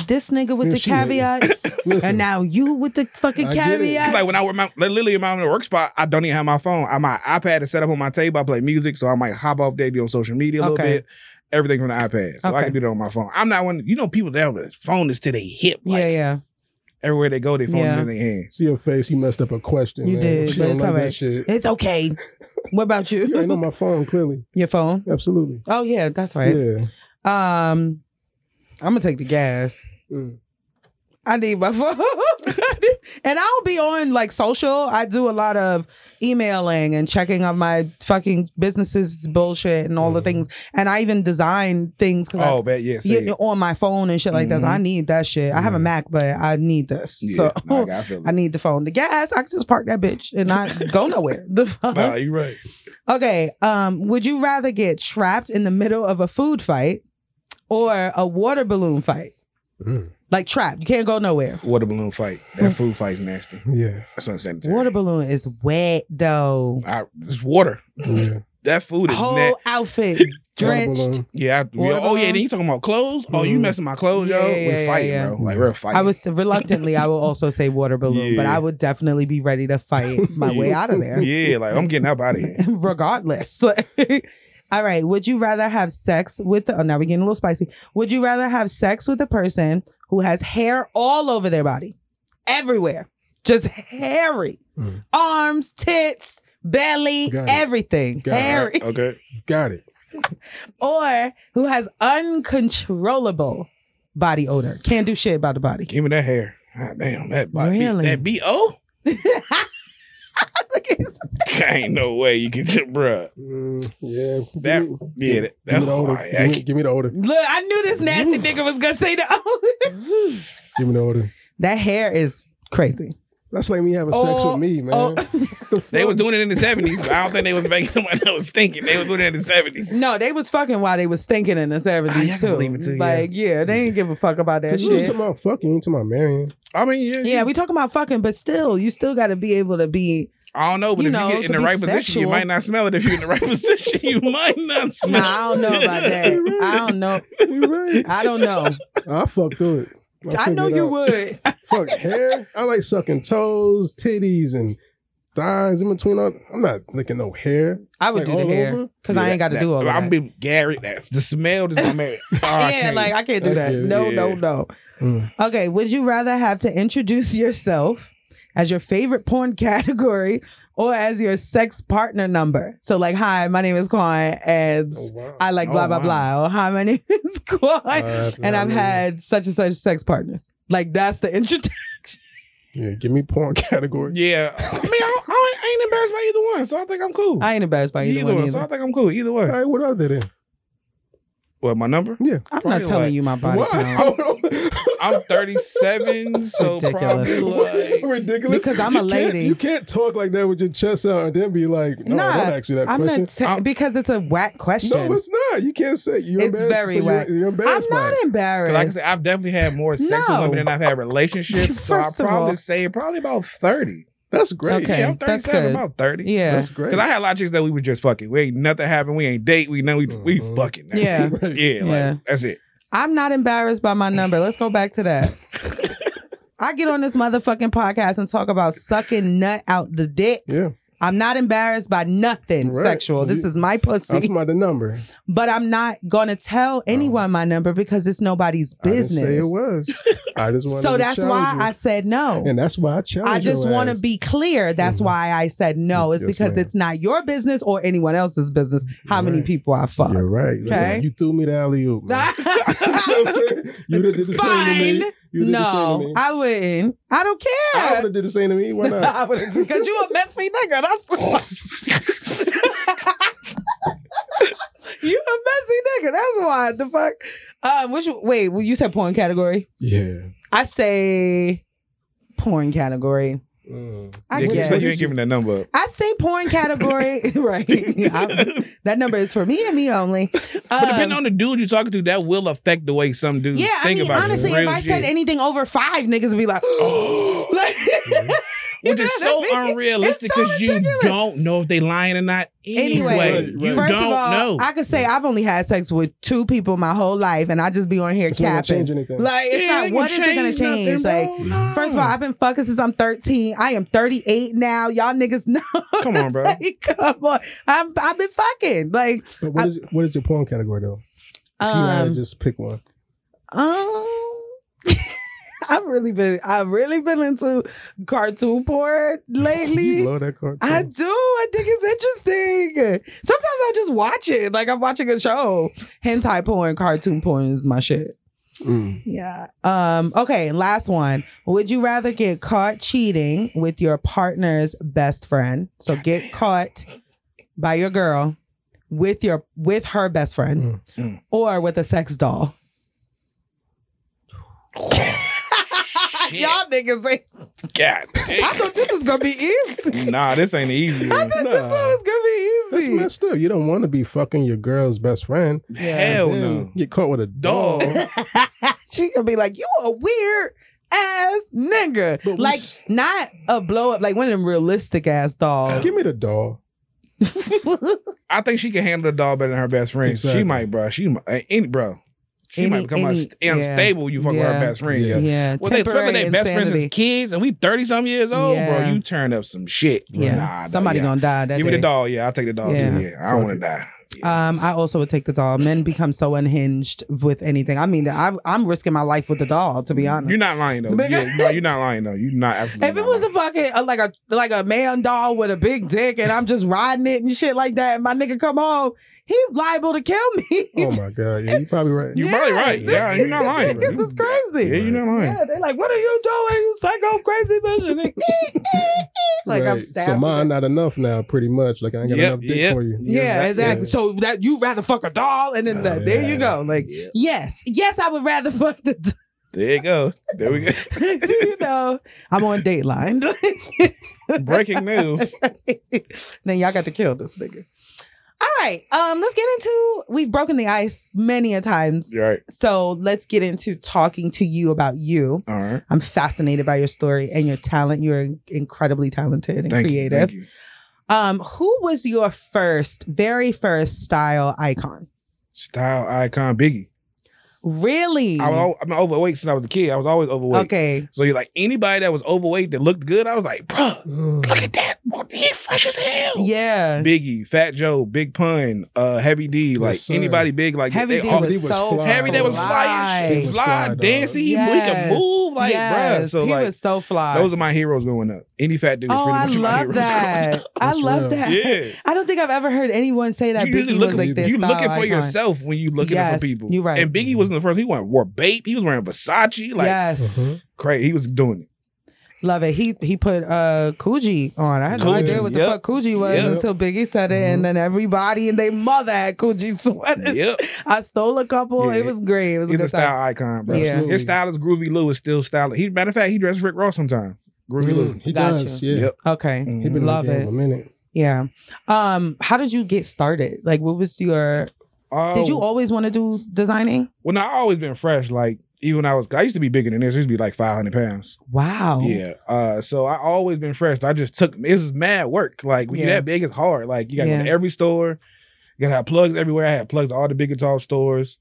this nigga with
Here
the
she is.
caveats,
[coughs] listen,
and now you with the fucking
I get it.
caveats.
'Cause, Like when I work my like, literally in my own work spot, I don't even have my phone. I my iPad is set up on my table. I play music, so I might hop off daily on social media a little
Okay.
bit. Everything from the iPad, so I
Okay.
can do that on my phone. I'm not one. You know, people that have a phone is to their hip. Like,
yeah, yeah.
Everywhere they go, they phone
Yeah.
is in their hand.
see your face. You messed up a question.
You
man.
did,
She
but
don't
it's
like
all
that
right.
shit.
It's
[laughs]
okay. What about
You ain't on
you?
my phone, clearly.
Your phone?
Absolutely.
Oh yeah, that's right.
Yeah.
Um, I'm gonna take the gas.
Mm.
I need my [laughs] phone, and I'll be on like social. I do a lot of emailing and checking on my fucking businesses bullshit and all the
Mhm.
things. And I even design things 'cause I-
Mm-hmm. Oh, bet yes.
yeah,
Yeah,
on my phone and shit like that. So I need that shit. I have a
Mhm.
Mac, but I need this.
Mm-hmm. yeah.
So
Nah, I got- I feel
[laughs] I
it.
need the phone. The gas, I can just park that bitch and not go nowhere.
[laughs]
The fuck?
Nah, you right.
Okay. Um, would you rather get trapped in the middle of a food fight or a water balloon fight?
Mm.
Like trapped. You can't go nowhere.
Water balloon fight. That food fight's nasty.
Yeah.
That's unsanitary.
Water balloon is wet though.
I, it's water.
Yeah.
That food is
Whole
nasty.
outfit [laughs] drenched.
Water
Yeah. I,
Oh, Water
yeah oh yeah.
balloon?
Then you talking about clothes? Oh, you
Mhm.
messing my clothes,
Yeah,
yo?
yeah,
we're
yeah,
fighting,
yeah.
bro. Like we're fighting.
I was reluctantly. I will also say water balloon, but
Yeah.
I would definitely be ready to
[laughs]
fight my way out of there.
Yeah, like I'm getting up out of here.
[laughs] regardless. [laughs] All right. Would you rather have sex with? Oh, now we're getting a little spicy. Would you rather have sex with a person who has hair all over their body, everywhere, just hairy,
Mm.
arms, tits, belly,
Got it.
everything,
Got it.
hairy, [laughs]
Okay.
Got it.
or who has uncontrollable body odor, can't do shit about the
[laughs]
body?
Give me that hair. Ah, damn, that body.
Really?
That BO?
Look at his-
[laughs] Ain't no way you can just, bruh.
Mm, yeah. Give
That-
me-
Yeah, that,
Give
that,
me the
oh,
order.
I- I
Give me,
can't-
give me the order.
Look, I knew this nasty nigga was gonna say that.
Give me the order.
that hair is crazy.
That's like me having sex
Oh,
with me,
[laughs]
man.
Oh.
The
they was
fuck?
doing it in the 70s, but I don't think they [laughs] was making them when they was stinking. They was doing it in the 70s.
No, they was fucking while they was stinking in the
Ah,
seventies
yeah, I can
too.
believe it, too, yeah.
Like, yeah. they didn't give a fuck about that
'Cause You was
shit.
talking about fucking, you ain't talking about
[laughs]
marrying.
I mean, yeah.
Yeah, we talking about fucking, but still, you still got to be able to be.
I don't know, but
You
if
know,
you get
to
in the
be
right position, you
sexual.
might not smell it. If you're in the right [laughs] position, you might not smell
Nah, I don't know about that. I don't know.
You right.
I don't know.
I fuck through it.
I know
figured
you
out.
would.
Fuck hair. I like sucking toes, titties, and thighs in between. All, I'm not licking no hair.
I would
Like, uh-huh.
do the
all
hair Oh,
over?
because I ain't got to do all
I'm
of that.
gonna be Gary. That's the smell is
[laughs]
gonna make. Oh, I
yeah,
can't.
like I can't do
I
that.
get it.
No,
Yeah. Mm.
no, no. Okay, would you rather have to introduce yourself as your favorite porn [laughs] category or as your sex partner number? So, like, hi, my name is Quan, and
Oh, wow.
I like blah
Oh,
blah
wow.
blah. Or hi, my [laughs] name is Quan,
Uh,
and I've
nah,
had such and such sex partners. Like that's the intro.
Yeah, give me porn [laughs] category.
yeah. I mean, I, don't, I ain't- I ain't embarrassed by either one, so I think I'm cool.
[laughs] I ain't embarrassed by either,
either,
one.
one,
Either.
so I think I'm cool. Either way.
All right, what are they then?
Well, my number?
I'm not
probably
telling
like-
you my body
What?
count
[laughs]
I'm 37, so
Ridiculous.
[laughs]
probably like.
Ridiculous.
because I'm a
You can't-
lady.
you can't talk like that with your chest out and then be like, no,
Nah,
I don't ask you that
I'm
question.
not te-
I'm-
because it's a whack question.
No, it's not. You can't say you're
It's
embarrassed.
very
so
whack.
You're, you're
I'm
embarrassed by
not
it.
embarrassed.
Cause like I said, I've definitely had more sex
No.
with women than I've
[laughs]
had relationships. so I
First of
probably
all-
say probably about 30.
That's great.
Okay,
yeah, I'm
that's
37,
good.
about 30.
yeah,
That's great.
Cause I had a lot of chicks that we were just fucking. We ain't nothing happened. We ain't date. We know we we
Mhm.
fucking. That's
Yeah.
[laughs]
it.
Right.
yeah, like,
Yeah.
That's it. [laughs]
I'm not embarrassed by my number. Let's
[laughs]
go back to that. I get on this motherfucking podcast and talk about sucking nut out the dick.
Yeah.
I'm not embarrassed by nothing
Right.
sexual. This
You-
is my
That's
pussy.
my the number.
[laughs] But I'm not gonna tell anyone my number because it's nobody's
I didn't say
business.
it was. [laughs] I just wanted
So
to
that's why
challenge
I
you.
said no.
and that's why I challenged.
I just
your
want to
ass.
be clear. That's
Mhm.
why I said no. It's
Yes,
because
ma'am.
it's not your business or anyone else's business how
You're
many
right.
people I fucked.
You're right. Listen,
Okay. [laughs]
you [laughs] threw me the alley oop. [laughs] you done did the same to
Fine.
me. You did the same to
No,
me.
I wouldn't. I don't
I would
care.
have did the same to
[laughs]
me. Why not?
Because you a messy nigga.
[laughs]
That's you a messy nigga. That's why the fuck. Um, which wait, well, you said porn category.
yeah.
I say porn category.
Mm.
[laughs] I
yeah, 'cause you
guess.
said you ain't giving that number up.
I say porn
[laughs]
category, [laughs] right? [laughs] I- that number is for me and me only.
But depending
Um,
on the dude you're talking to, that will affect the way some dudes
yeah, I
think
mean,
about
honestly,
you.
if
Real
I said [gasps]
[gasps] shit.
anything over five, niggas would be like, [gasps] like
Mm-hmm.
you
which is
know
so
what I mean?
unrealistic
It's so
because you
ridiculous.
don't know if they lying or not anyway.
Anyway,
Right,
You
right.
First
don't
of all,
know.
I could say I've only had sex with two people my whole life, and I just be on here
It's not gonna change
capping.
anything.
Like, it's
Yeah,
not. What is it gonna change? like,
nothing, bro. No.
first of all, I've been fucking since I'm 13. I am 38 now. Y'all niggas [laughs] know.
[laughs] come on, bro.
like, come on. I'm, I've been fucking. Like,
but what
I-
is what is your porn category though? If you had to
um,
just pick one.
Um, [laughs] I've really been I've really been into cartoon porn
[laughs] You
lately.
love that cartoon.
I do. I think it's interesting. Sometimes I just watch it, like I'm watching a show. Hentai porn, cartoon porn is my shit.
Mm.
Yeah. Um. Okay. Last one. Would you rather get caught cheating with your partner's best friend? So get caught by your girl with your with her best friend,
Mm, mm.
or with a sex doll.
Shit.
Y'all niggas ain't.
God
I
damn.
thought this was gonna be easy.
Nah, this ain't the easy one.
I thought this
Nah.
was gonna
That's
be easy.
messed up. You don't want to be fucking your girl's best friend.
Yeah.
Hell
Then
no.
Get caught with a
Dog.
dog.
[laughs] she gonna be like, "You a weird ass nigga."
But we
like,
s-
not a blow up, like one of them realistic ass dolls.
Give me the dog.
I think she can handle the doll better than her best friend. She
Exactly.
might, bro. She might, eh, any, bro. She
Any-
might become
any-
unst-
yeah.
unstable. You fuck with
Yeah.
her best friend,
Yeah.
yeah.
yeah,
Well, they
temporary
remember they best friends
insanity.
as kids, and we thirty some years old,
Yeah.
bro. You turn up some shit.
Yeah,
nah, nah,
somebody
yeah.
gonna die. That
give me
day.
the doll. Yeah, I'll take the doll
Yeah.
too. Yeah, I don't want to die.
Um, I also would take the doll. Men become so unhinged with anything. I mean, I, I'm risking my life with the doll, to be honest.
You're not lying though.
Because- [laughs]
Yeah, no, you're not lying though. You're not. Absolutely
if it
not
was a
lying.
fucking uh, like a like a man doll with a big dick and I'm just riding it and shit like that, and my nigga come home, he liable to kill me.
Oh my god. Yeah, you probably
[laughs]
right.
You- You're probably right. Yeah, you're not lying, bro.
This is crazy.
yeah, you're not lying.
Yeah, they're like, what are you doing? You psycho crazy bitch. And they- [laughs] like I'm
Right.
stabbed.
So mine not enough now, pretty much. Like I ain't got
Yep,
enough dick
yep.
for you.
yeah,
Yeah,
exactly.
yeah.
So that you rather fuck a doll and then
Oh,
that- there you
yeah.
go. Like,
Yeah.
yes, yes, I would rather [laughs] fuck the doll.
There you go. There we go.
you know, I'm on Dateline.
[laughs]
[laughs]
Breaking news.
then y'all got to kill this nigga. All right, um, let's get into. We've broken the ice many a times,
You're right.
so let's get into talking to you about you.
[laughs] All right.
I'm fascinated by your story and your talent. You're incredibly talented and
Thank you.
creative.
Thank you.
Um, who was your first, very first style icon?
Style icon Biggie.
Really?
I was, al- I'm overweight since I was a kid. I was always overweight.
okay.
So you're like anybody that was overweight that looked good. I was like, bruh, look
Mm.
Mm-hmm.
at that. He fresh as hell.
Yeah.
Biggie, Fat Joe, Big Pun, uh, Heavy D, like
sir.
anybody big, like
Heavy
they
D
all-
was,
he was
so
fly.
Heavy D was fly, as
He
shit.
was
fly,
fly, dog.
dancing. He, he
Yes.
can move like bruh.
yes,
So
he
like
was so fly.
those are my heroes going up. Any fat dude was
oh,
pretty
I
much my
love
heroes. growing
that. [laughs]
up.
I
That's
love
real.
that.
[laughs] Yeah.
I don't think I've ever heard anyone say that
you usually
Biggie
look
was
at-
like this.
you looking for yourself when you looking
Yes,
for people.
you right.
And Biggie wasn't the first. He went wore Bape. He was wearing Versace. Like uh-huh.
yes,
Mhm.
crazy. He was doing it.
love it. He he put uh Coogee on. I had no
Coogee,
idea what the
yep.
fuck Coogee was
Yep. Mm-hmm.
until Biggie said it, and then everybody and their mother had Coogee [laughs] sweaters.
Yep.
I stole a couple.
Yeah.
It was great. It was a
He's
good
a style
time.
icon, bro.
Yeah.
His style is Groovy Lou is still styling. He matter of fact, he dressed Rick Ross sometime. Groovy Lou.
Mm, He
Got
does.
you.
Yeah.
Yep.
Okay,
Mhm.
Mm. He been in the
Mm-hmm. Love
game
it.
a minute.
yeah. Um, how did you get started? Like, what was your?
Oh,
Did you always want to do designing?
Well, no, I always been fresh. Like even when I was, I used to be bigger than this. I used to be like five hundred pounds.
Wow.
Yeah. Uh, so I always been fresh. I just took it was mad work. Like when
Yeah.
you're that big, it's hard. Like you got to
Yeah.
go to every store. You gotta have plugs everywhere. I had plugs at all the big guitar stores.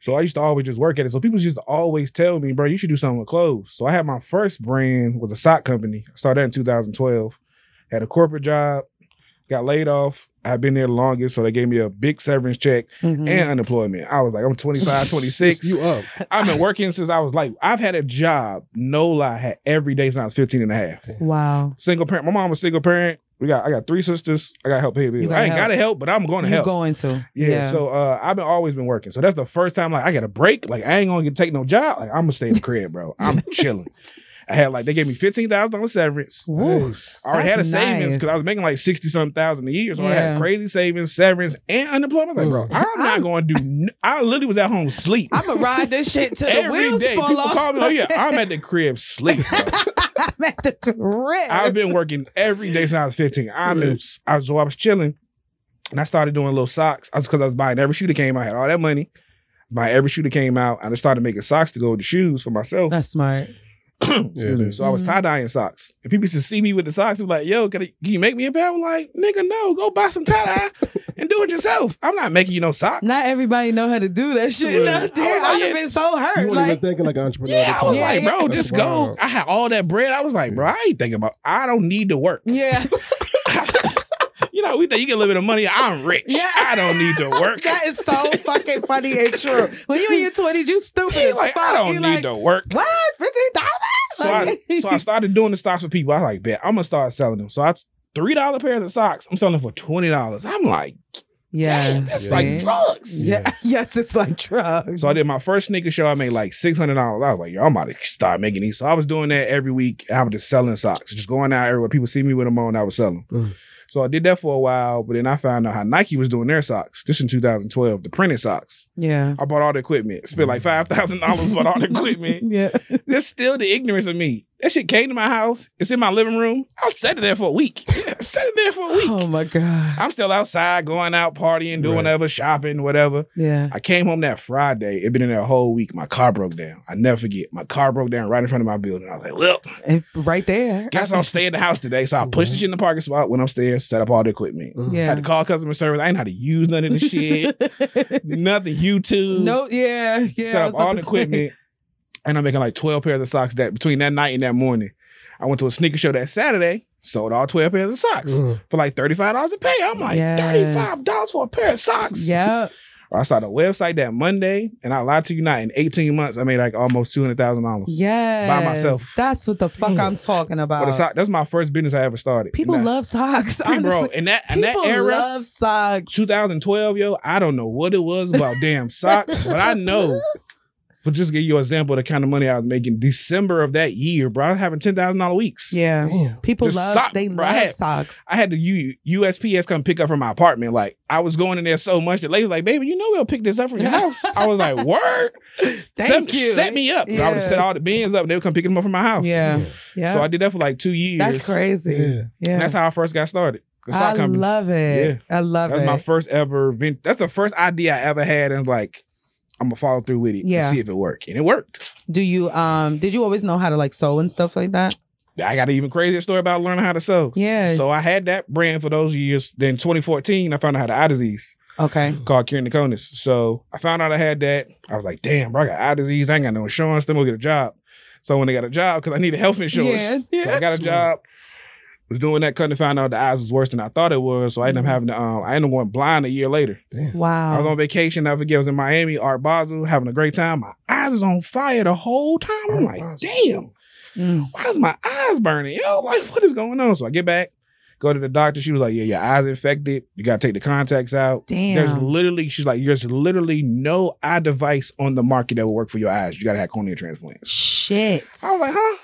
So I used to always just work at it. So people used to always tell me, bro, you should do something with clothes. So I had my first brand was a sock company. I started that in 2012. Had a corporate job. got laid off. I've been there the longest, so they gave me a big severance check
Mhm.
and unemployment. I was like,
[laughs]
I'm 25, 26.
You up?
I've been working since I was like, I've had a job, no lie, had every day since I was 15 and a half.
wow.
Single parent. My mom was single parent. We got I got three sisters. I got help pay bills.
gotta
I ain't
help.
gotta help, but I'm gonna
You're
help.
going to.
Yeah, So uh, I've been always been working. So that's the first time like I got a break. Like I ain't gonna get take no job. Like I'm gonna stay in the crib, bro.
[laughs]
I'm chilling. I had like they gave me fifteen thousand dollars severance.
Woo.
Nice.
I already had a
That's
savings because
nice.
I was making like sixty something thousand a year. So I
Yeah.
had crazy savings, severance, and unemployment. Like, bro,
Mm.
[laughs]
I'm not gonna do. N- I literally was at home sleep.
I'm gonna ride this shit till the
[laughs] Every
wheels
day,
fall
people
[laughs] off.
call me. Oh yeah, I'm at the crib sleep. bro.
I'm at the crib.
I've been working every day since I was 15. I'm in, I was, so I was chilling, and I started doing little socks. I was because I was buying every shoe that came out. I had all that money, buy every shoe that came out. I just started making socks to go with the shoes
[coughs]
for myself.
That's smart.
Excuse me. So I was
Mhm.
tie dyeing socks. And people used to see me with the socks. They were like, "Yo, can, I, can you make me a pair?" I'm like, "Nigga, no. Go buy some
[laughs]
tie dye and do it yourself. I'm not making you no socks."
Not everybody know how to do that shit.
Yeah.
Out there.
I was
I'd
like,
have been so hurt.
You weren't even
Like,
thinking like an entrepreneur.
Yeah, I was
Yeah,
like,
yeah.
bro,
That's
Oh, just go.
wild.
I had all that bread. I was like, bro, I ain't thinking about. I don't need to work.
yeah,
you know, we think you get a little bit of money. I'm rich.
Yeah.
I don't need to [laughs]
[laughs]
work.
that is so fucking funny and true. When you in your twenties, you stupid
[laughs] He
as
like,
fuck.
I don't
You
need
like,
to work.
What? Fifteen dollars?
So I, so I started doing the stocks for people. I like, bet I'm gonna start selling them. So I three dollar pairs of socks. I'm selling for twenty dollars. I'm like,
yeah,
damn, that's
Yeah.
like drugs.
Yeah. [laughs] yes, it's like drugs.
So I did my first sneaker show. I made like six hundred dollars. I was like, yo, I'm about to start making these. So I was doing that every week. I was just selling socks, just going out everywhere. People see me with them on. I was selling.
Mm.
So I did that for a while, but then I found out how Nike was doing their socks. This in 2012, the printed socks.
yeah,
I bought all the equipment, spent
Mm.
like five thousand dollars, bought all the
[laughs]
equipment.
yeah.
That's still the ignorance of me. That shit came to my house. It's in my living room. I sat it there for a week.
[laughs]
sat it there for a week.
Oh my god.
I'm still outside, going out, partying, doing
Right.
whatever, shopping, whatever.
Yeah.
I came home that Friday. It been in there a whole week. My car broke down. I never forget. My car broke down right in front of my building. I was like, look,
It- right there.
guess I'll stay at the house today. So I pushed the shit in the parking spot, went upstairs, set up all the equipment. I had
Yeah.
to call customer service. I ain't know how to use none of
[laughs]
the shit. Nothing. YouTube.
no. Yeah. Yeah.
set
I was
up
about
all
to
the
say. [laughs]
equipment, and I'm making like 12 pairs of socks that between that night and that morning. I went to a sneaker show that Saturday, sold all 12 pairs of socks
Mm.
for like $35 a pair. I'm like,
Yes.
$35 for a pair of socks.
Yeah.
I started a website that Monday, and I lied to you not, in 18 months, I made like almost $200,000.
Yeah.
myself.
That's what the fuck I'm talking
For the
about.
sock- that's my first business I ever started.
People
And I-
love socks.
Pe-
Honestly.
bro, in that in that
People
era,
love socks.
2012, yo, I don't know what it was about damn socks, but I know. For just to give you an example of the kind of money I was making December of that year, bro, I was having ten thousand dollar weeks.
Yeah.
Damn.
People
Just
love
sock,
they
bro. I
love
had-
socks.
I had the U- USPS come pick up from my apartment. Like I was going in there so much that lady was like, "Baby, you know we'll pick this up from your house." I
[laughs]
was like, "Word,
Thank
set,
you.
set me up." I would
Yeah.
have set all the bins up, and they would come pick them up from my house.
Yeah. Yeah.
Oh, So I did that for like two years.
that's crazy. Yeah.
Yeah.
And that's how I first got started. The sock
I
company.
love it. I love
That's
it.
my first ever vent. That's the first idea I ever had, and like, I'm gonna follow through with it
Yeah.
and see if it worked. And it worked.
Do you um did you always know how to like sew and stuff like that?
I got an even crazier story about learning how to sew.
Yeah.
So I had that brand for those years. Then 2014, I found out I had eye disease
Okay.
called keratoconus. So I found out I had that. I was like, damn, bro, I got eye disease. I ain't got no insurance. Then we'll get a job. So when I got a job, because I needed health insurance.
Yeah,
So I got a
yeah.
job. Was doing that, couldn't find out the eyes was worse than I thought it was. So I ended up
Mhm.
having to, um, I ended up going blind a year later. I was
Wow.
on vacation. I forget. I was in Miami, Art Basel, having a great time. My eyes is on fire the whole time. I'm
Art
like,
Basel.
damn,
Mm.
why is my eyes burning? Yo, like, what is going on? So I get back, go to the doctor. She was like, yeah, your eyes infected. You got to take the contacts out. There's
Damn.
literally, she's like, there's literally no eye device on the market that will work for your eyes. You got to have cornea transplants.
Shit.
I was like, huh?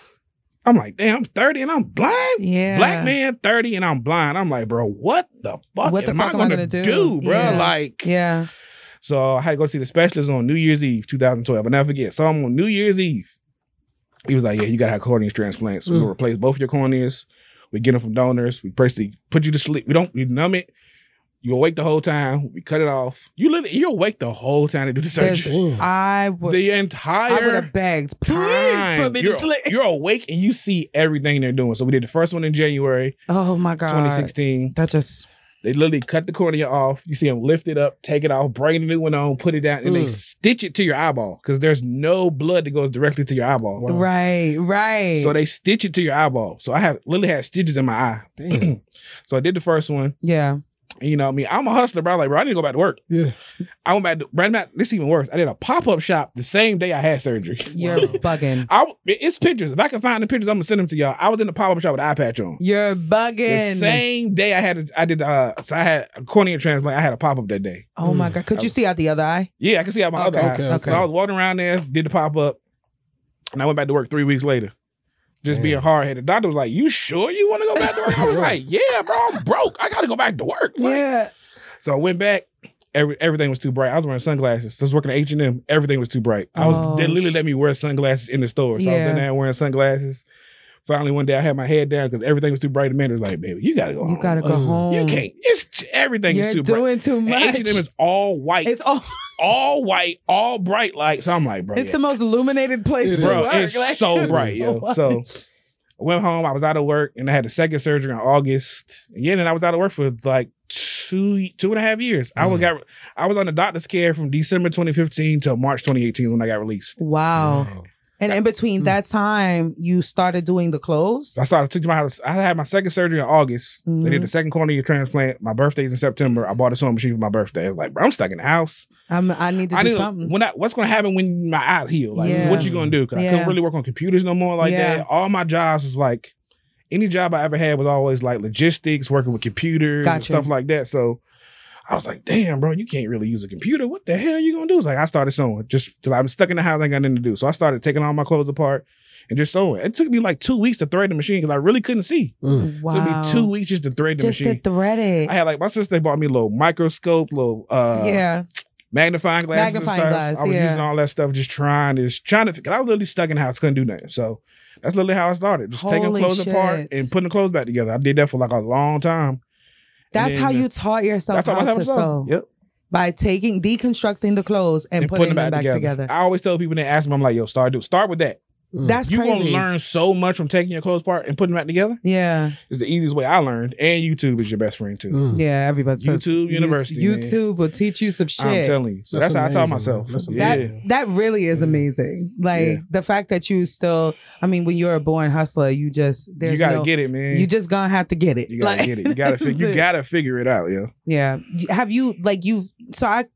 I'm like, damn, I'm 30 and I'm blind.
yeah.
Black man 30 and I'm blind. I'm like, bro, what the fuck
What the
am
fuck
I
am I
going to
gonna
do,
do?
bro?
Yeah.
Like,
Yeah.
so I had to go see the specialist on New Year's Eve, 2012. I never forget. So I'm on New Year's Eve. He was like, "Yeah, you gotta have cornea transplants. We
Mm.
will replace both your corneas. We get them from donors. We basically put you to sleep. We don't. We numb it. You're awake the whole time. We cut it off. You literally you're awake the whole time to do the
There's-
surgery.
Damn.
I would
The
I would
entire
have begged. Please
time.
put me
you're,
to sleep.
you're awake and you see everything they're doing. So we did the first one in January
Oh my god.
2016.
That just
They literally cut the cornea off. You see them lift it up, take it off, bring the new one on, put it down, and they
Mm.
stitch it to your eyeball because there's no blood that goes directly to your eyeball.
Wow.
Right, right.
So they stitch it to your eyeball. So I have literally had stitches in my eye.
Damn.
[clears throat] So I did the first one.
yeah.
And you know what I mean? I'm a hustler, bro. I'm like, bro, I need to go back to work.
yeah.
I went back to, bro, I'm not- this is even worse. I did a pop up shop the same day I had surgery. [laughs]
You're bugging.
I, it's pictures. If I can find the pictures, I'm gonna send them to y'all. I was in the pop up shop with an eye patch on.
You're bugging.
The same day I had, a, I did, uh, so I had a cornea transplant. I had a pop up that day.
Oh my god. Could you see out the other eye?
Yeah, I can see out my
Okay,
other eye.
okay,
So
okay.
I was walking around there, did the pop up, and I went back to work three weeks later. Just
Damn.
being hard headed. Doctor was like, "You sure you want to go back to work?" I
[laughs]
was
Right.
like, "Yeah, bro, I'm broke. I gotta go back to work." Like,
Yeah.
So I went back. Every, everything was too bright. I was wearing sunglasses. So I was working at H and M. Everything was too bright. I was
Oh,
they literally let me wear sunglasses in the store. So I was
Yeah.
in there wearing sunglasses. Finally, one day I had my head down because everything was too bright. The man was like, "Baby, you gotta go.
You
home.
gotta go
Oh.
home.
You can't. It's everything
You're
is too bright.
doing too much.
H and M is all white. [laughs]
It's all.
all white, all bright lights. So I'm like, bro,
It's
yeah.
the most illuminated place
It
to
is.
bro,
work.
it's
like-
so bright, yo.
What?
So I went home. I was out of work, and I had the second surgery in August. Yeah, and I was out of work for like two two and a half years. I was got I was on the doctor's care from December 2015 till March 2018 when I got released.
wow. And in between
Mm.
that time, you started doing the clothes.
So I started teaching my how to, I had my second surgery in August. They did the second cornea transplant. My birthday's in September. I bought a sewing machine for my birthday. I was like, bro, I'm stuck in the house.
I'm, I need to
I
do
need to-
something.
when I, what's gonna happen when my eyes heal? Like,
Yeah.
what you gonna do? Because I
Yeah.
couldn't really work on computers no more like
Yeah.
that. All my jobs was like, any job I ever had was always like logistics, working with computers and
Gotcha.
stuff like that. So I was like, damn, bro, you can't really use a computer. What the hell you gonna do? It's like I started sewing just because I'm stuck in the house, I ain't got nothing to do. So I started taking all my clothes apart and just sewing. It took me like two weeks to thread the machine because I really couldn't see.
wow.
It took me two weeks just to thread the
Just
machine.
to thread it.
I had like my sister bought me a little microscope, little uh
yeah.
magnifying glasses
Magnifying
and stuff.
glass,
I was
yeah.
using all that stuff, just trying to trying to. Cause I was literally stuck in the house, couldn't do nothing. So that's literally how I started, just taking
Holy
clothes apart
shit.
and putting the clothes back together. I did that for like a long time.
That's
then,
how
uh,
you taught yourself
that's how
how
I have
to sew.
Yep,
By taking deconstructing the clothes and,
and
putting, them back, together.
I always tell people when they ask me, I'm like, "Yo, start do start with that.
Mm.
That's
Mm. you
crazy.
gonna learn so much from taking your clothes apart and putting them back together.
Yeah.
It's the easiest way I learned, and YouTube is your best friend
Mm.
too.
Yeah. Everybody says
Mm. YouTube University, man.
YouTube will teach you some shit.
I'm telling you. So that's, how I taught
amazing, man.
myself.
That's
yeah. Mm.
amazing.
That really is
Yeah.
amazing. Like
Yeah.
the fact that you still, I mean, when you're a born hustler, you just there's
you gotta
no,
get it, man.
you just gonna have to get it.
You gotta
Like,
get it. You
[laughs]
gotta
that's
fig- you
it.
gotta figure it out, yeah.
Yeah. You- Have you like you've so I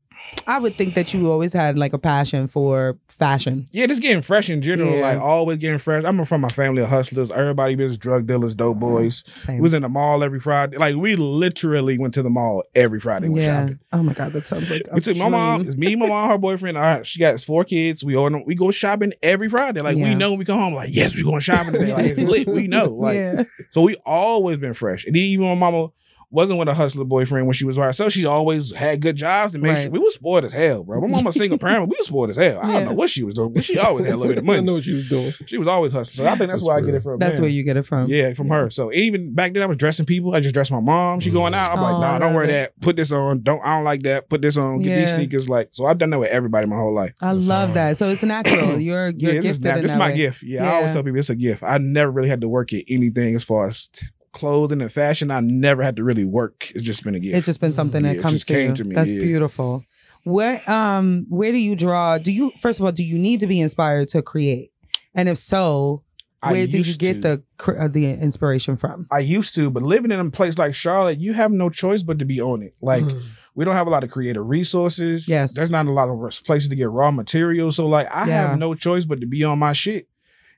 I would think that you always had like a passion for fashion.
Yeah, just getting fresh in general.
Yeah.
Like always getting fresh. I'm from my family of hustlers. Everybody was drug dealers,
Mm-hmm.
dope boys. We
Same.
was in the mall every Friday. Like we literally went to the mall every Friday. and went
yeah.
shopping.
Oh my god, that sounds like a
We took my mom,
dream.
it's me, my mom, her boyfriend. All right, she got four kids. We order, we go shopping every Friday. Like we
Yeah.
know when we come home. Like yes, we going shopping today.
[laughs]
Like it's lit. We know. Like
yeah.
so we always been fresh. And even my mama wasn't with a hustler boyfriend when she was by herself. She always had good jobs and made
Right.
sure we was spoiled as hell, bro. My mama single parent, but we was spoiled as hell. I don't
Yeah.
know what she was doing, but she always had a little bit of money.
I know what you was doing.
She was always hustling. So I think that's,
That's
where I
real.
get it from.
That's
man.
where you get it from.
Yeah, from her. So even back then, I was dressing people. I just dressed my mom. She going out. I'm like,
Aw,
nah,
Oh, I
don't
love
wear
it.
that. Put this on. Don't. I don't like that. Put this on. Get these
Yeah.
sneakers. Like, so I've done that with everybody my whole life.
I
That's
love
hard.
that. So it's
[clears throat]
natural. You're you're
yeah, this is
gifted
nat-
in
this is
that
my
way.
gift. Yeah, I always
Yeah.
tell people it's a gift. I never really had to work at anything as far as t- clothing and fashion. I never had to really work. It's just been a gift.
It's just been something
Yeah,
that
it
comes
just
to
came
you.
to me,
That's
yeah.
beautiful. Where um where do you draw? Do you first of all do you need to be inspired to create? And if so,
I
where do you
used
get
to.
the cr- uh, the inspiration from?
I used to, but living in a place like Charlotte, you have no choice but to be on it. Like
Mm-hmm.
Mm.
we don't have a lot of creative resources.
Yes.
There's not a lot of places to get raw material. So like I
Yeah.
have no choice but to be on my shit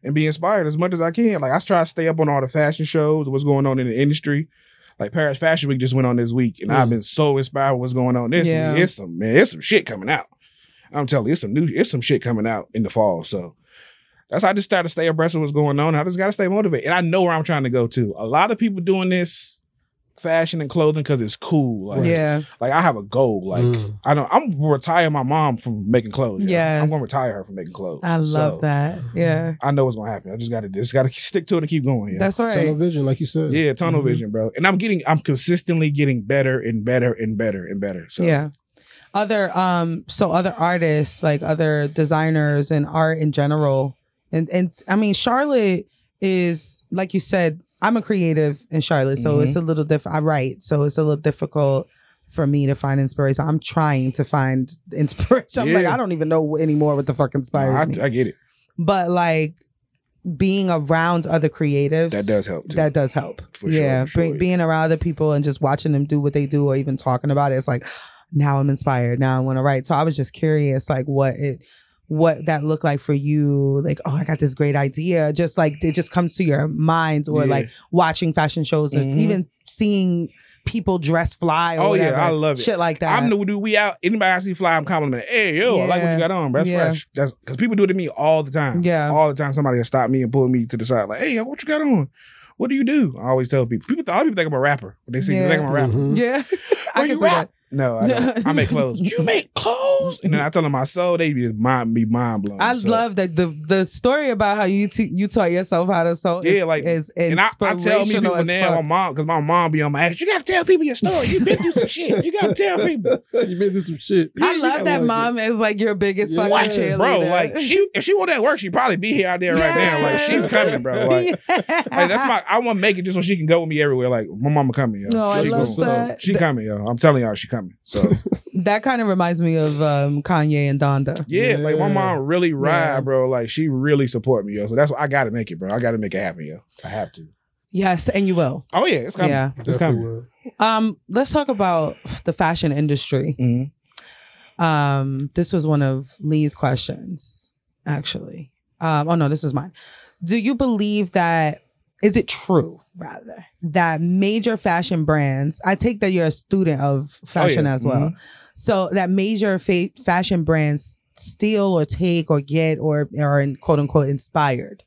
and be inspired as much as I can. Like I try to stay up on all the fashion shows, what's going on in the industry. Like Paris Fashion Week just went on this week, and I've
Mm.
been so inspired with what's going on this.
Yeah.
week. It's some man, it's some shit coming out. I'm telling you, it's some new, it's some shit coming out in the fall. So that's how I just try to stay abreast of what's going on. I just gotta stay motivated. And I know where I'm trying to go to. A lot of people doing this fashion and clothing because it's cool. Like,
Yeah.
like I have a goal. Like
Mm.
I don't I'm gonna retire my mom from making clothes. Yeah.
Yes.
I'm gonna retire her from making clothes.
I love
So,
that. Yeah.
I know what's gonna happen. I just gotta just gotta stick to it and keep going. Yeah.
That's Mm-hmm. all right.
television, like you said.
yeah, tunnel
Mhm.
vision, bro. And I'm getting I'm consistently getting better and better and better and better. So
Yeah. Other um so other artists like other designers and art in general and and I mean Charlotte is like you said, I'm a creative in Charlotte, so
Mm-hmm.
it's a little different. I write, so it's a little difficult for me to find inspiration. I'm trying to find [laughs] inspiration. I'm like,
Yeah.
I don't even know anymore what the fuck inspires me
I, I get it.
but like being around other creatives
That does help too.
that does help
For sure,
yeah
for sure,
Bring-
yeah.
being around other people and just watching them do what they do or even talking about it it's like now i'm inspired now i want to write so i was just curious like what it what that looked like for you like oh i got this great idea just like it just comes to your mind or
Yeah.
like watching fashion shows
Mhm.
or even seeing people dress fly or
Oh, yeah,
whatever,
I love it.
shit like that
I'm the dude. We out. Anybody I see fly, I'm complimenting. Hey, yo, I like what
Yeah.
you got on. Bro. That's
Yeah.
fresh. That's because people do it to me all the time. [laughs]
Yeah.
all the time. Somebody will stop me and pull me to the side. Like, hey, what you got on? What do you do? I always tell people. People, a lot of people think I'm a rapper. When they see me, they
Yeah.
think I'm a rapper.
Mhm.
yeah [laughs]
Where
i
you
can see
at?
that
No, I don't. [laughs] I make clothes. You make clothes, and then I tell them I sold. They be mind be mind blown.
I
So-
love that the the story about how you te- you taught yourself how to sew.
Yeah,
is,
like-
is
And I, I tell me
inspirational
people
as
now, my
fuck.
mom, because my mom be on my ass. You gotta tell people your story. You've been through some shit. You gotta
[laughs]
tell people.
[laughs] you been through some shit.
I
Yeah,
love
I
that
like
mom is like your biggest
Yeah.
fucking
Watch
cheerleader,
it, bro.
[laughs]
Like she, if she went at work, she'd probably be here out there right now. Like she's
Yes.
coming, bro. Like,
[laughs] Yeah.
like, that's my. I want to make it just so she can go with me everywhere. Like my mama coming, yo.
No, I
she
She's
love
going.
that.
She coming, yo. I'm telling y'all, she coming. So [laughs]
that kind of reminds me of um, Kanye and Donda.
yeah, like my
Yeah.
mom really ride,
Yeah.
bro. Like she really support me, yo. So that's why I gotta make it, bro. I gotta make it happen, yo. I have to.
Yes, and you will.
Oh yeah, it's coming.
Yeah.
It's coming.
Definitely
Um, let's talk about the fashion industry.
Mhm.
Um, this was one of Lee's questions, actually. Um, oh no, this was mine. Do you believe that is it true rather that major fashion brands? I take that you're a student of fashion
yeah.
as well, so that major fa- fashion brands steal or take or get or are in quote unquote inspired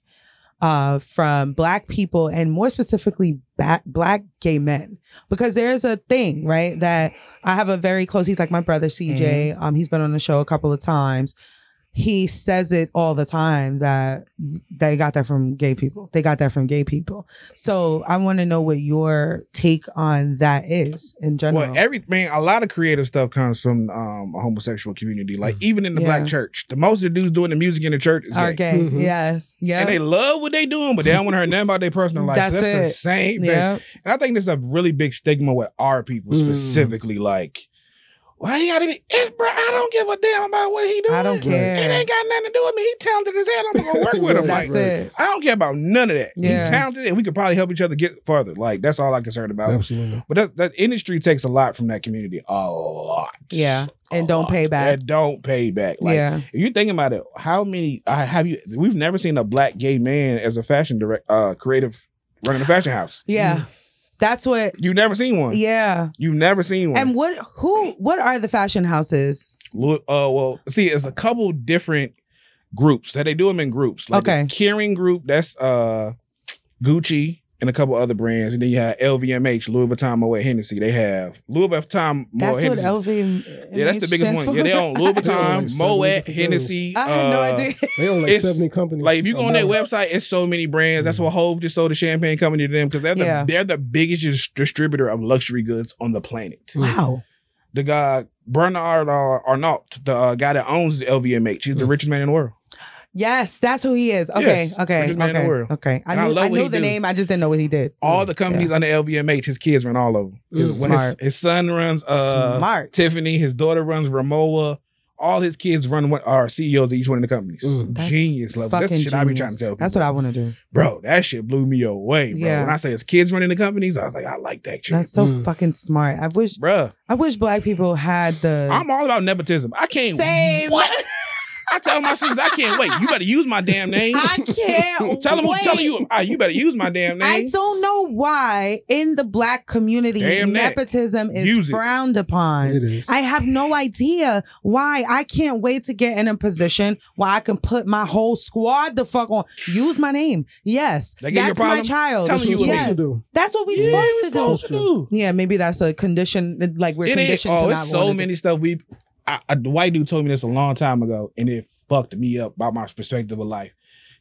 uh, from black people and more specifically ba- black gay men because there's a thing right that I have a very close. He's like my brother, CJ.
Mm-hmm.
Um, he's been on the show a couple of times. He says it all the time that they got that from gay people. They got that from gay people. So I want to know what your take on that is in general.
Well, every man, a lot of creative stuff comes from um, a homosexual community. Like even in the
Yeah.
black church, the most of the dudes doing the music in the church is gay.
Are gay?
Mhm.
Yes.
And they
Yeah.
love what they doing, but they don't want to hear nothing about their personal life. That's,
That's
that's the
it.
same thing.
Yeah.
And I think there's a really big stigma with our people
Mm.
specifically. Like, why you gotta be? It's, bro, I don't give a damn about what he doing.
I don't care.
It ain't got nothing to do with me. He talented as hell. I'm gonna work with
[laughs]
him.
That's
Like,
it.
I don't care about none of that.
Yeah.
He talented, and we could probably help each other get further. Like that's all I'm concerned about.
Absolutely.
But that, that industry takes a lot from that community, a lot.
Yeah. And
A
don't
lot.
pay back.
And don't pay back. oh, Like,
yeah.
if you think about it, how many I have you? We've never seen a black gay man as a fashion direct, uh, creative running a fashion house.
Yeah. That's what.
You've never seen one.
Yeah.
You've never seen one.
And what? Who? What are the fashion houses?
Lu- uh, well, see, it's a couple different groups that they do them in groups. Like
Okay.
the Kering Group, that's uh Gucci and a couple other brands, and then you have LVMH, Louis Vuitton Moet Hennessy. They have Louis Vuitton Moet
That's what
Hennessy.
LV.
yeah, that's the biggest one. Yeah, they own Louis Vuitton,
[laughs] They own like seven
Moet
different
[laughs]
Hennessy.
I had no
uh,
idea.
They own like
It's-
70 companies.
Like if you go on
that
their website, it's so many brands. That's what Hove just sold the champagne company to them because they're the
Yeah.
they're the biggest dis- distributor of luxury goods on the planet.
Wow.
The guy Bernard uh, Arnault, the uh, guy that owns the LVMH, he's the
Mm.
richest man in the world.
Yes, that's who he is. Okay,
Yes,
okay,
richest man in the
okay,
world.
okay. I
And I
knew,
love
I,
what
knew
he
the
do.
name. I just didn't know what he did.
All the companies under LVMH, his kids run all of them. His,
Mm.
his,
Smart.
his son runs uh,
Smart
Tiffany. His daughter runs Ramoa. All his kids run what are CEOs of each one of the companies.
Mm.
That's
genius level. That's the
fucking
shit I be
genius.
trying to tell people.
That's what I want to do.
bro. That shit blew me away, bro.
Yeah.
When I say his kids running the companies, I was like, I like that shit,
That's so
Mm.
fucking smart. I wish.
Bruh.
I wish black people had the.
I'm all about nepotism. I can't.
Same.
What? I tell my sisters, I can't wait. You better use my damn name. [laughs]
I can't.
Tell them,
wait.
who telling you, ah, you better use my damn
I
name.
don't know why in the black community
Damn that.
nepotism is
Use it.
frowned upon.
It is.
I have no idea why I can't wait to get in a position where I can put my whole squad the fuck on. Use my name. Yes.
That give you a
that's my
problem?
child.
Telling you what we
yes.
should do.
That's what we're
Yeah,
supposed to
we
do.
supposed to do.
Yeah, maybe that's a condition like we're
It is.
conditioned
Oh,
to not
it's so
wanna do-
many stuff we. I, I, the white dude told me this a long time ago, and it fucked me up about my perspective of life.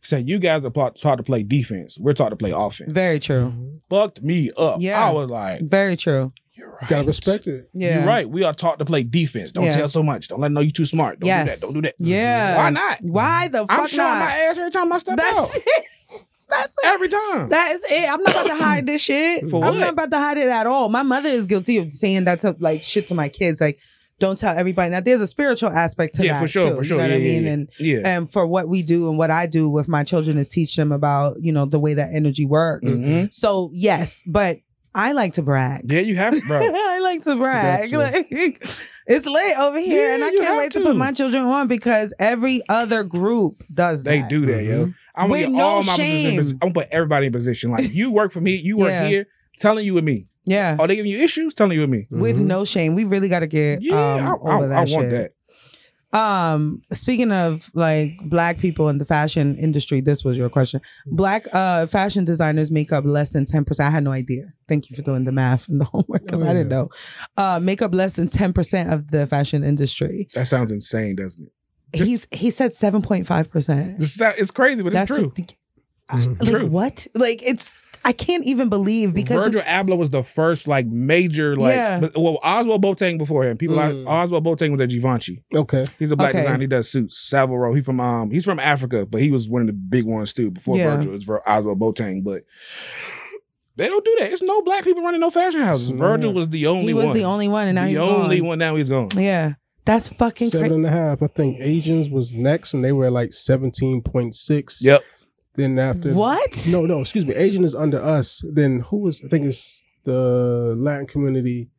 He said, "You guys are taught, taught to play defense. We're taught to play offense."
Very true.
fucked me up.
Yeah.
I was like,
Very true.
"You're
You
right.
gotta respect it.
Yeah.
You're right. We are taught to play defense. Don't
Yeah.
tell so much. Don't let them know you're too smart. Don't
Yes.
do that. Don't do that.
Yeah.
Why not?
Why the fuck
I'm showing my
not?
ass every time I step out.
That's [laughs] it. that's it.
Every time.
That is it. I'm not about to hide this shit.
For
I'm
what?
not about to hide it at all. My mother is guilty of saying that to like shit to my kids. Like, don't tell everybody. Now there's a spiritual aspect to
yeah,
that.
for sure,
too,
for sure.
You know
yeah,
what I
yeah,
mean?
yeah.
And
yeah.
and for what we do and what I do with my children is teach them about, you know, the way that energy works.
Mhm.
So yes, but I like to brag.
Yeah, you have,
[laughs]
bro.
I like to brag.
Gotcha.
Like [laughs] it's late over here,
Yeah,
and I
you
can't
have
wait to.
to.
put my children on because every other group does
They
that.
do that, yo.
Mm-hmm. With
I'm gonna get
no
all my positions. in
shame.
posi- I'm gonna put everybody in position. Like you work for me, you work
Yeah.
here. Telling you with me.
Yeah.
Are they giving you issues? Telling you with me.
With
Mhm.
no shame. We really gotta get
Mm-hmm. Yeah,
um,
I, I,
over that
I want
shit.
that.
Um, speaking of like black people in the fashion industry, this was your question. Black uh fashion designers make up less than ten percent. I had no idea. Thank you for doing the math and the homework because
Oh,
I didn't
yeah.
know. Uh, make up less than ten percent of the fashion industry.
That sounds insane, doesn't it? Just-
He's he said seven point five percent.
It's, it's crazy, but it's true.
Like
True.
what? Like it's I can't even believe because
Virgil Abloh was the first like major like
Yeah.
but- well Oswald Boateng before him. People
Mm.
like Oswald Boateng was at Givenchy.
Okay.
He's a black
Okay.
designer. He does suits. Savile Row. He from um he's from Africa, but he was one of the big ones too before
Yeah.
Virgil. It's Vir- Oswald Boateng, but they don't do that. It's no black people running no fashion houses.
Mm.
Virgil was the only
he was
one.
the only one and now
the
he's
only
gone.
one. Now he's gone.
Yeah. That's fucking
Seven
crazy.
and a half. I think Asians was next, and they were like seventeen point six.
Yep.
Then after
What?
No, no. Excuse me. Asian is under us. Then who was? I think it's the Latin community,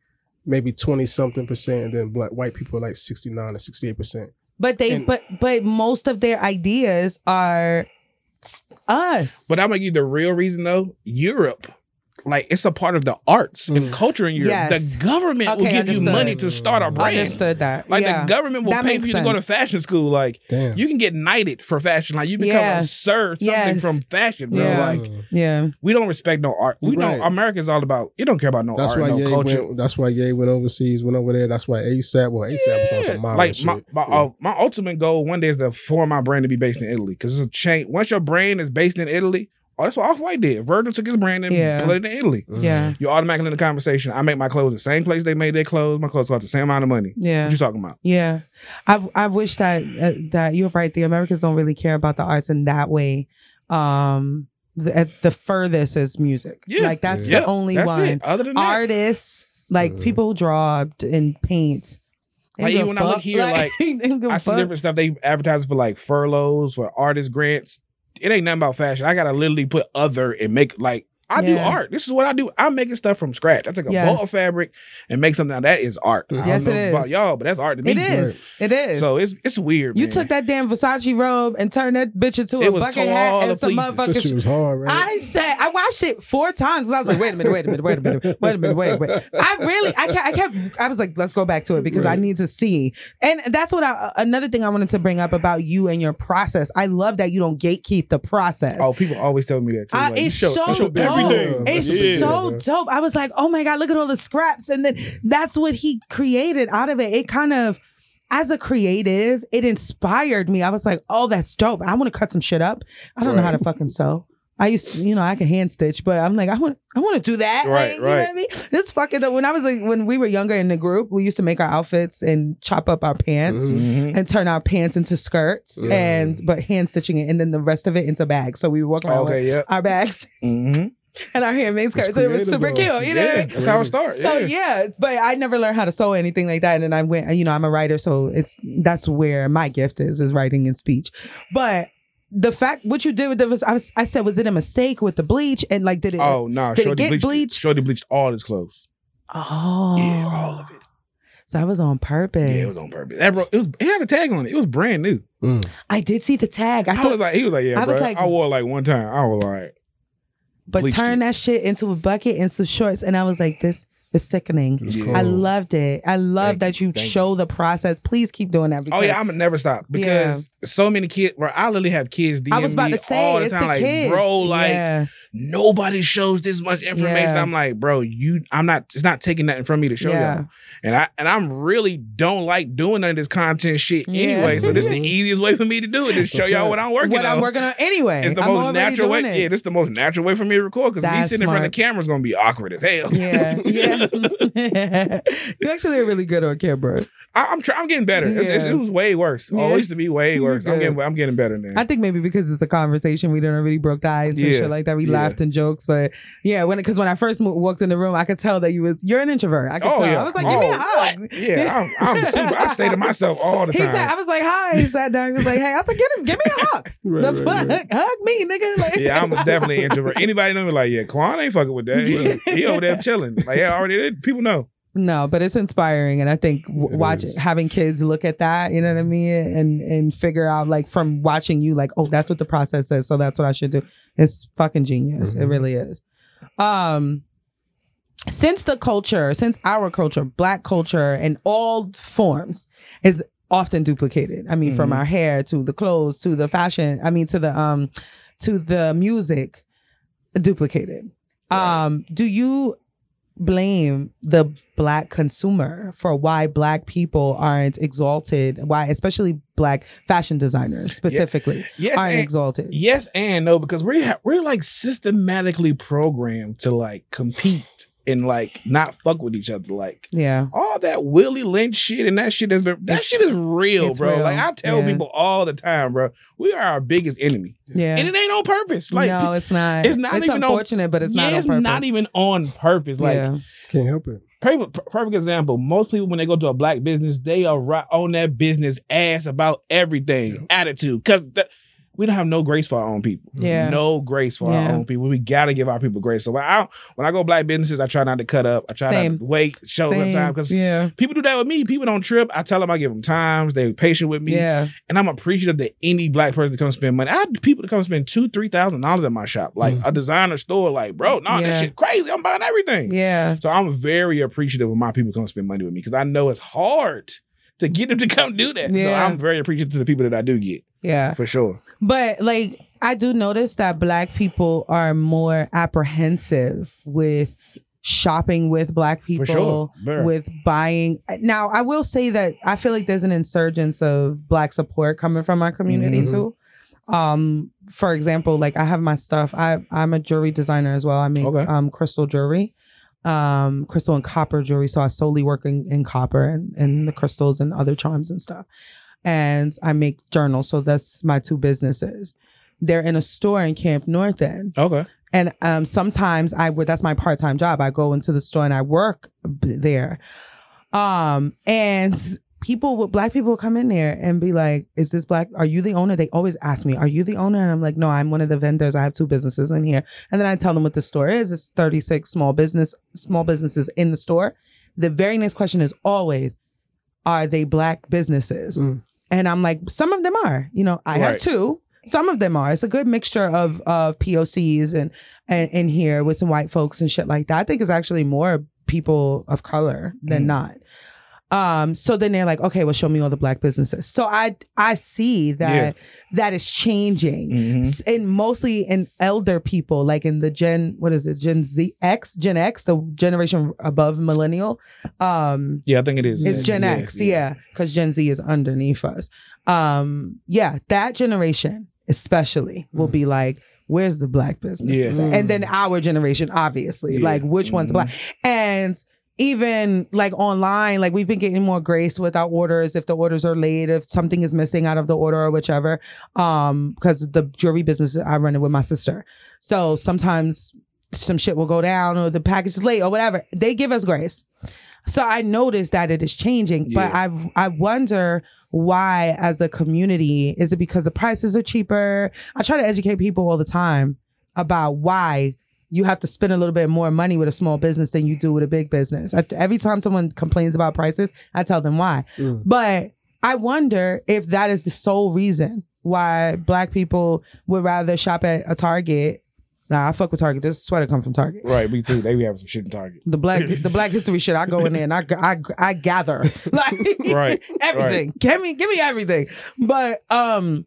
maybe twenty something percent, and then black white people are like sixty nine or sixty eight percent.
But they,
And-
but but most of their ideas are s- us.
But I'm gonna give you the real reason though. Europe, like it's a part of the arts
Mm.
and culture in Europe.
Yes.
The government will
Okay,
give you
understood.
money to start a brand.
understood that.
Like
yeah.
the government will
That
pay
makes
for you to go to
sense.
fashion school. Like
Damn.
you can get knighted for fashion. Like you become
Yeah.
a sir something
Yes.
from fashion, bro.
Yeah.
Like
Mm.
yeah.
we don't respect no art. We
Right.
don't America's all about you don't care about no
that's
art,
why
no
Ye
culture.
went. That's why Ye went overseas, went over there. That's why ASAP. Well, ASAP was on
Yeah.
some model
like
shit.
my my,
Yeah.
uh, my ultimate goal one day is to for my brand to be based in Italy because it's a chain. Once your brand is based in Italy, oh, that's what Off White did. Virgil took his brand and
Yeah.
put it in Italy.
Mm.
Yeah.
You're automatically in the conversation. I make my clothes the same place they made their clothes. My clothes cost the same amount of money.
Yeah.
What you talking about?
Yeah, I I wish that uh, that you're right. The Americans don't really care about the arts in that way. Um, the, at the furthest is music.
Yeah.
like that's
Yeah,
the only
That's
one.
it. Other than that,
Artists, like
Mhm.
people who draw and paint. They
Like,
give a
even when I look
fuck. [laughs]
here,
they give a
I see
fuck.
different stuff they advertise for like furloughs, for artist grants. It ain't nothing about fashion. I gotta literally put other and make like I do
Yeah.
art. This is what I do. I'm making stuff from scratch. I take a
Yes.
bowl of fabric and make something. Now that is art. I
Yes,
don't know
it
about
is.
y'all, but that's art to me.
It is. It is.
So it's it's weird.
You
man.
took that damn Versace robe and turned that bitch into
It
a
was
bucket
torn all
hat
to
and some
pieces.
That shit
motherfucking.
was hard, right?
I said I watched it four times 'cause I was like, wait a minute, wait a minute, wait a minute, wait a minute, wait a minute. I really, I kept, I kept, I was like, let's go back to it because I
Right.
need to see. And that's what I, another thing I wanted to bring up about you and your process. I love that you don't gatekeep the process.
Oh, people always tell me that. Too.
I-
you
it's
show-
so
you show
dope.
everything.
It's
Yeah.
so dope. I was like, oh my God, look at all the scraps. And then that's what he created out of it. It kind of, as a creative, it inspired me. I was like, oh, that's dope. I want to cut some shit up. I don't know how to fucking sew. I used to, you know, I can hand stitch, but I'm like, I want, I want to do that.
Right,
Like, You know what I mean? This fucking, dope. when I was like, when we were younger in the group, we used to make our outfits and chop up our pants
Mhm.
Mhm.
and turn our pants into skirts
Yeah.
and, but hand stitching it and then the rest of it into bags. So we would walk around with
Mm-hmm. Okay, yeah.
our bags [laughs]
Mm-hmm.
and our handmade skirts. And it was
creative,
super
though.
cute. You know what I mean?
That's how it starts.
So
yeah.
yeah, but I never learned how to sew or anything like that. And then I went, you know, I'm a writer, so it's that's where my gift is is writing and speech. But the fact what you did with the was- I, was, I said was it a mistake with the bleach and like did it?
Oh no,
Did it
Shorty
get
bleached,
bleached?
Shorty bleached all his clothes.
Oh.
Yeah, all of it.
So I was on purpose.
Yeah, it was on purpose. That bro, it was. It had a tag on it. It was brand new.
Mm.
I did see the tag. I
I,
thought,
was like, he was like, yeah,
I
I
was
bro.
like-
I wore it like one time. I was like,
but
bleached
turn
it.
that shit into a bucket and some shorts, and I was like, this is sickening.
It was
Yeah.
cold.
I loved it. I love
Oh. Thank
that you,
thank
show the process. Please keep doing that.
oh
because-
yeah, I'm gonna never stop because so many kids. Bro, I literally have kids DM
I was about
me
to say
all the
it's
time,
the
like,
kids.
bro, like
yeah.
nobody shows this much information.
Yeah.
I'm like, bro, you, I'm not. It's not taking nothing from me to show
Yeah.
y'all. And I and I'm really don't like doing none of this content shit
Yeah.
anyway. So this is the
Mhm.
easiest way for me to do
[laughs]
it. Just show y'all what I'm working
what
on.
I'm working on anyway.
it's the
I'm
most
already
natural way.
doing
Yeah,
it.
this is the most natural way for me to record because me
That's
sitting in front
smart.
of the camera is gonna be awkward as hell.
[laughs] Yeah, yeah. you actually are really good on camera.
I, I'm trying. I'm getting better. It's- it's-
Yeah.
it was way worse. Oh,
Yeah.
it used to be way worse. works. I'm
good.
getting I'm getting better now.
I think maybe because it's a conversation, we didn't really broke the ice and
Yeah.
shit like that. We
Yeah.
laughed and jokes, but yeah, when because when I first mo- walked in the room, I could tell that you was you're an introvert. I could
Oh,
tell.
yeah.
I was like, give me a
Oh,
hug.
yeah, I'm,
[laughs]
I'm super. I stay to myself all the
He
time.
said, I was like, hi. He sat down. He was like, hey. I said, get him, give me a hug. [laughs]
Right,
the
right,
fuck,
right.
hug me, nigga. Like,
yeah,
[laughs]
I'm definitely an introvert. Anybody know me like, yeah, Quan ain't fucking with that. He, he over there chilling. Like, yeah, already did. people know.
No, but it's inspiring, and I think w-
It
watch
is.
having kids look at that, you know what I mean, and and figure out like from watching you, like oh, that's what the process is, so that's what I should do. It's fucking genius. It
Mhm.
really is. Um, since the culture, since our culture, black culture in all forms is often duplicated. I mean, from
Mhm.
our hair to the clothes to the fashion. I mean, to the um, to the music, duplicated.
Right.
Um, do you blame the black consumer for why black people aren't exalted? Why, especially black fashion designers specifically,
Yes,
aren't
and,
exalted?
yes, and no, because we're ha- we're like systematically programmed to like compete and like not fuck with each other. Like
Yeah.
all that Willie Lynch shit and that shit has been that
It's-
shit is real,
it's
bro.
real,
Like I tell
yeah.
people all the time, bro, we are our biggest enemy,
Yeah.
and it ain't on purpose. Like
no, it's not.
it's not even on-
unfortunate, but it's
yeah,
not on purpose.
not even on purpose. Like
yeah.
Can't help it.
perfect, perfect example. Most people, when they go to a black business, they are right on that business ass about everything, attitude, because we don't have no grace for our own people.
Mm-hmm.
Yeah.
No grace for
Yeah.
our own people. We gotta give our people grace. So when I when I go black businesses, I try not to cut up. I try
Same.
not to wait, show them
Same.
time because
yeah.
people do that with me. People don't trip. I tell them I give them times. They patient with me,
Yeah.
and I'm appreciative that any black person that comes spend money. I have people that come spend two, three thousand dollars at my shop, like
Mhm.
a designer store. Like, bro, no,
Mm. Yeah.
that shit crazy. I'm buying everything.
Yeah.
So I'm very appreciative when my people come spend money with me because I know it's hard to get them to come do that. So
Yeah.
I'm very appreciative to the people that I do get
Yeah.
for sure.
But like I do notice that black people are more apprehensive with shopping with black people.
For sure. Very.
with buying. Now, I will say that I feel like there's an insurgence of black support coming from our community
Mm-hmm.
Mhm.
too. Um, for example, like I have my stuff. I I'm a jewelry designer as well. I make
Okay.
um crystal jewelry, um crystal and copper jewelry. So I solely work in, in copper and and the crystals and other charms and stuff. And I make journals. So that's my two businesses. They're in a store in Camp North End.
okay.
And um, sometimes I would, that's my part time job. I go into the store and I work b- there. Um, and s- people with black people come in there and be like, Is this black? Are you the owner? They always ask me, Are you the owner? And I'm like, No, I'm one of the vendors. I have two businesses in here. And then I tell them what the store is. It's 36 small business, small businesses in the store. The very next question is always, Are they black businesses?
Mm.
And I'm like, some of them are. You know, I have
Right.
two. Some of them are. It's a good mixture of of POCs and and in here with some white folks and shit like that. I think it's actually more people of color than
Mhm.
not. Um, so then they're like, okay, well, show me all the black businesses. So I I see that that is changing.
Mm-hmm.
S- And mostly in elder people, like in the Gen, what is it, Gen Z X, Gen X, the generation above millennial. Um,
Yeah, I think it is.
it's Gen
Yeah,
X, yeah, because Gen Z is underneath us. Um, yeah, that generation especially will
Mm.
be like, where's the black business?
Yeah.
And then our generation, obviously,
Mm. Yeah.
like which one's
Mhm.
black? And even like online, like we've been getting more grace with our orders if the orders are late, if something is missing out of the order or whichever. Um, because the jewelry business I run it with my sister. So sometimes some shit will go down or the package is late or whatever. They give us grace. So I noticed that it is changing, but
Yeah.
I've I wonder why as a community is it because the prices are cheaper? I try to educate people all the time about why you have to spend a little bit more money with a small business than you do with a big business. I, every time someone complains about prices, I tell them why.
Mm.
But I wonder if that is the sole reason why black people would rather shop at a Target. Nah, I fuck with Target. This sweater come from Target
Right, me too. They be having some shit in Target.
[laughs] the
[laughs]
black the black history shit. I go in there and I I, I gather [laughs] like
Right,
[laughs] everything. Give me give me everything. But um,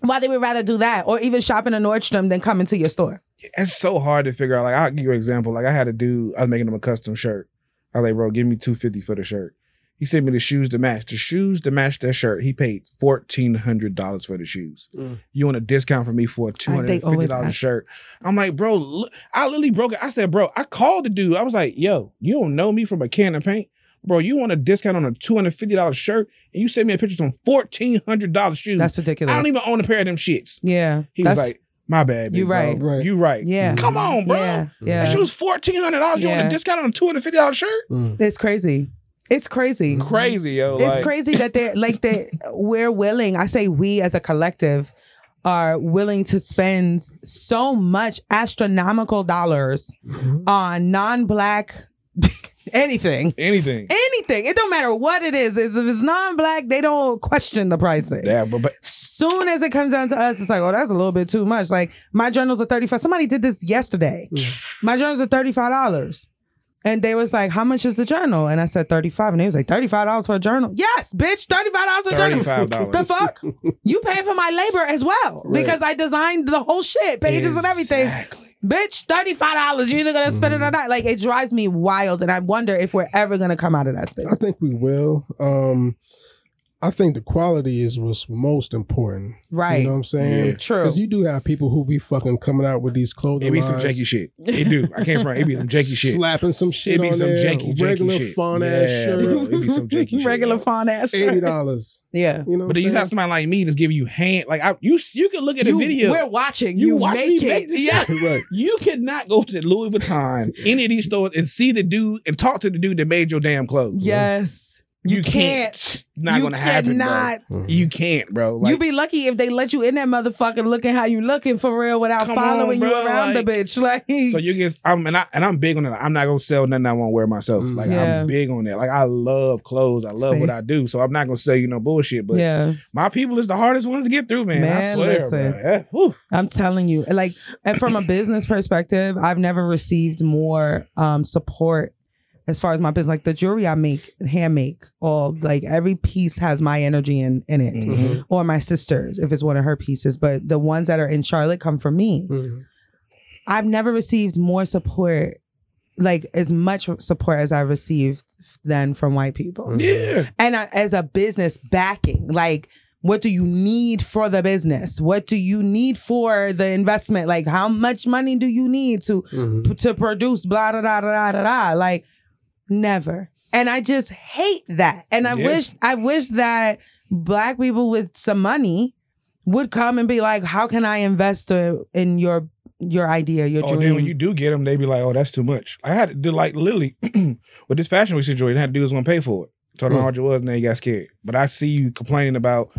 why they would rather do that or even shop in a Nordstrom than come into your store?
It's so hard to figure out. Like, I'll give you an example. Like, I had a dude, I was making him a custom shirt. I was like, bro, give me 250 for the shirt. He sent me the shoes to match. The shoes to match that shirt, he paid $1,400 for the shoes.
Mm.
You want a discount for me for a
I- they always
$250
ask-
shirt? I'm like, bro, look, I literally broke it. I said, bro, I called the dude. I was like, yo, you don't know me from a can of paint. bro, you want a discount on a two hundred fifty dollars shirt, and you send me a picture of some fourteen hundred dollars shoes.
That's
I
ridiculous.
don't even own a pair of them shits.
yeah.
He
That's,
was like, "My bad, big
You
bro.
right.
Right.
You right.
yeah.
Come on, bro.
Yeah. Yeah.
That shit was fourteen hundred dollars. You want
Yeah.
a discount on a two hundred fifty dollars shirt?
Mm.
It's crazy. It's crazy.
Crazy, yo.
It's
like,
crazy that they're like that we're willing, I say we as a collective are willing to spend so much astronomical dollars on non-black [laughs] anything.
Anything.
Anything. It don't matter what it is. It's- If it's non-black, they don't question the pricing.
Yeah, but, but
Soon as it comes down to us, it's like, oh, that's a little bit too much. Like my journals are thirty five. Somebody did this yesterday.
Yeah.
My journals are thirty five dollars, and they was like, how much is the journal? And I said thirty five, and they was like thirty five dollars for a journal. Yes, bitch, thirty five dollars for a journal.
thirty-five
The
dollars.
fuck? You paying for my labor as well
Right.
because I designed the whole shit, pages and everything.
Exactly.
Bitch, thirty five dollars. You're either gonna spend it or
Mm-hmm.
not. Like it drives me wild, and I wonder if we're ever gonna come out of that
I
space.
think we will. Um, I think the quality is what's most important.
Right.
You know what I'm saying?
Yeah.
True.
Because you do have people who be fucking coming out with these clothing.
It be some
lines,
janky shit. It do. I can't front. It
[laughs]
be some janky shit.
Slapping some shit
It be
on
some
there.
janky, janky
regular
shit.
fun ass
Yeah, bro.
shirt.
It [laughs] be
[laughs]
some janky shit.
Regular
yo.
fun ass.
Eighty
shirt.
dollars.
Yeah.
You know.
But then you have somebody like me that's giving you hand like I, you you can look at a
You-
video.
We're watching.
You
You,
watch me
make
make
it.
this
yeah.
have [laughs]
[laughs]
right.
You cannot go to Louis Vuitton, any of these stores, and see the dude and talk to the dude that made your damn clothes.
Yes.
you,
You,
can't.
can't.
Not
you
gonna happen. Bro.
Cannot.
Mm-hmm.
You can't, bro. Like,
you be lucky if they let you in that motherfucker looking how you looking for real without
Come
following
on,
you
bro,
around
like-
the bitch. [laughs] Like
so you get. I'm and I and I'm big on it. Like, I'm not gonna sell nothing I won't wear myself.
Mm.
Like
Yeah.
I'm big on that. Like I love clothes. I love
Same.
what I do. So I'm not gonna sell you no bullshit. But
yeah,
my people is the hardest ones to get through, man. I
Man,
swear,
listen.
bro. Yeah. Whew.
I'm telling you, like, and from a business perspective, I've never received more um, support as far as my business. Like the jewelry I make, hand make, all like every piece has my energy in in it,
Mm-hmm.
Mhm.
or my sister's if it's one of her pieces. But the ones that are in Charlotte come from me.
Mhm.
Mm-hmm.
I've never received more support, like as much support as I received than from white people.
Yeah.
And I, as a business backing, like, what do you need for the business? What do you need for the investment? Like, how much money do you need to
Mhm.
to produce? Blah da da da da da. da. Like, never. And I just hate that. And I
Yeah.
wish I wish that black people with some money would come and be like, how can I invest uh, in your your idea, your
Oh,
dream?
then when you do get them, they be like, "Oh, that's too much." I had to do like literally [clears throat] with this fashion week situation. I had to do was gonna pay for it.
Mm.
Told them how much it was, and they got scared. But I see you complaining about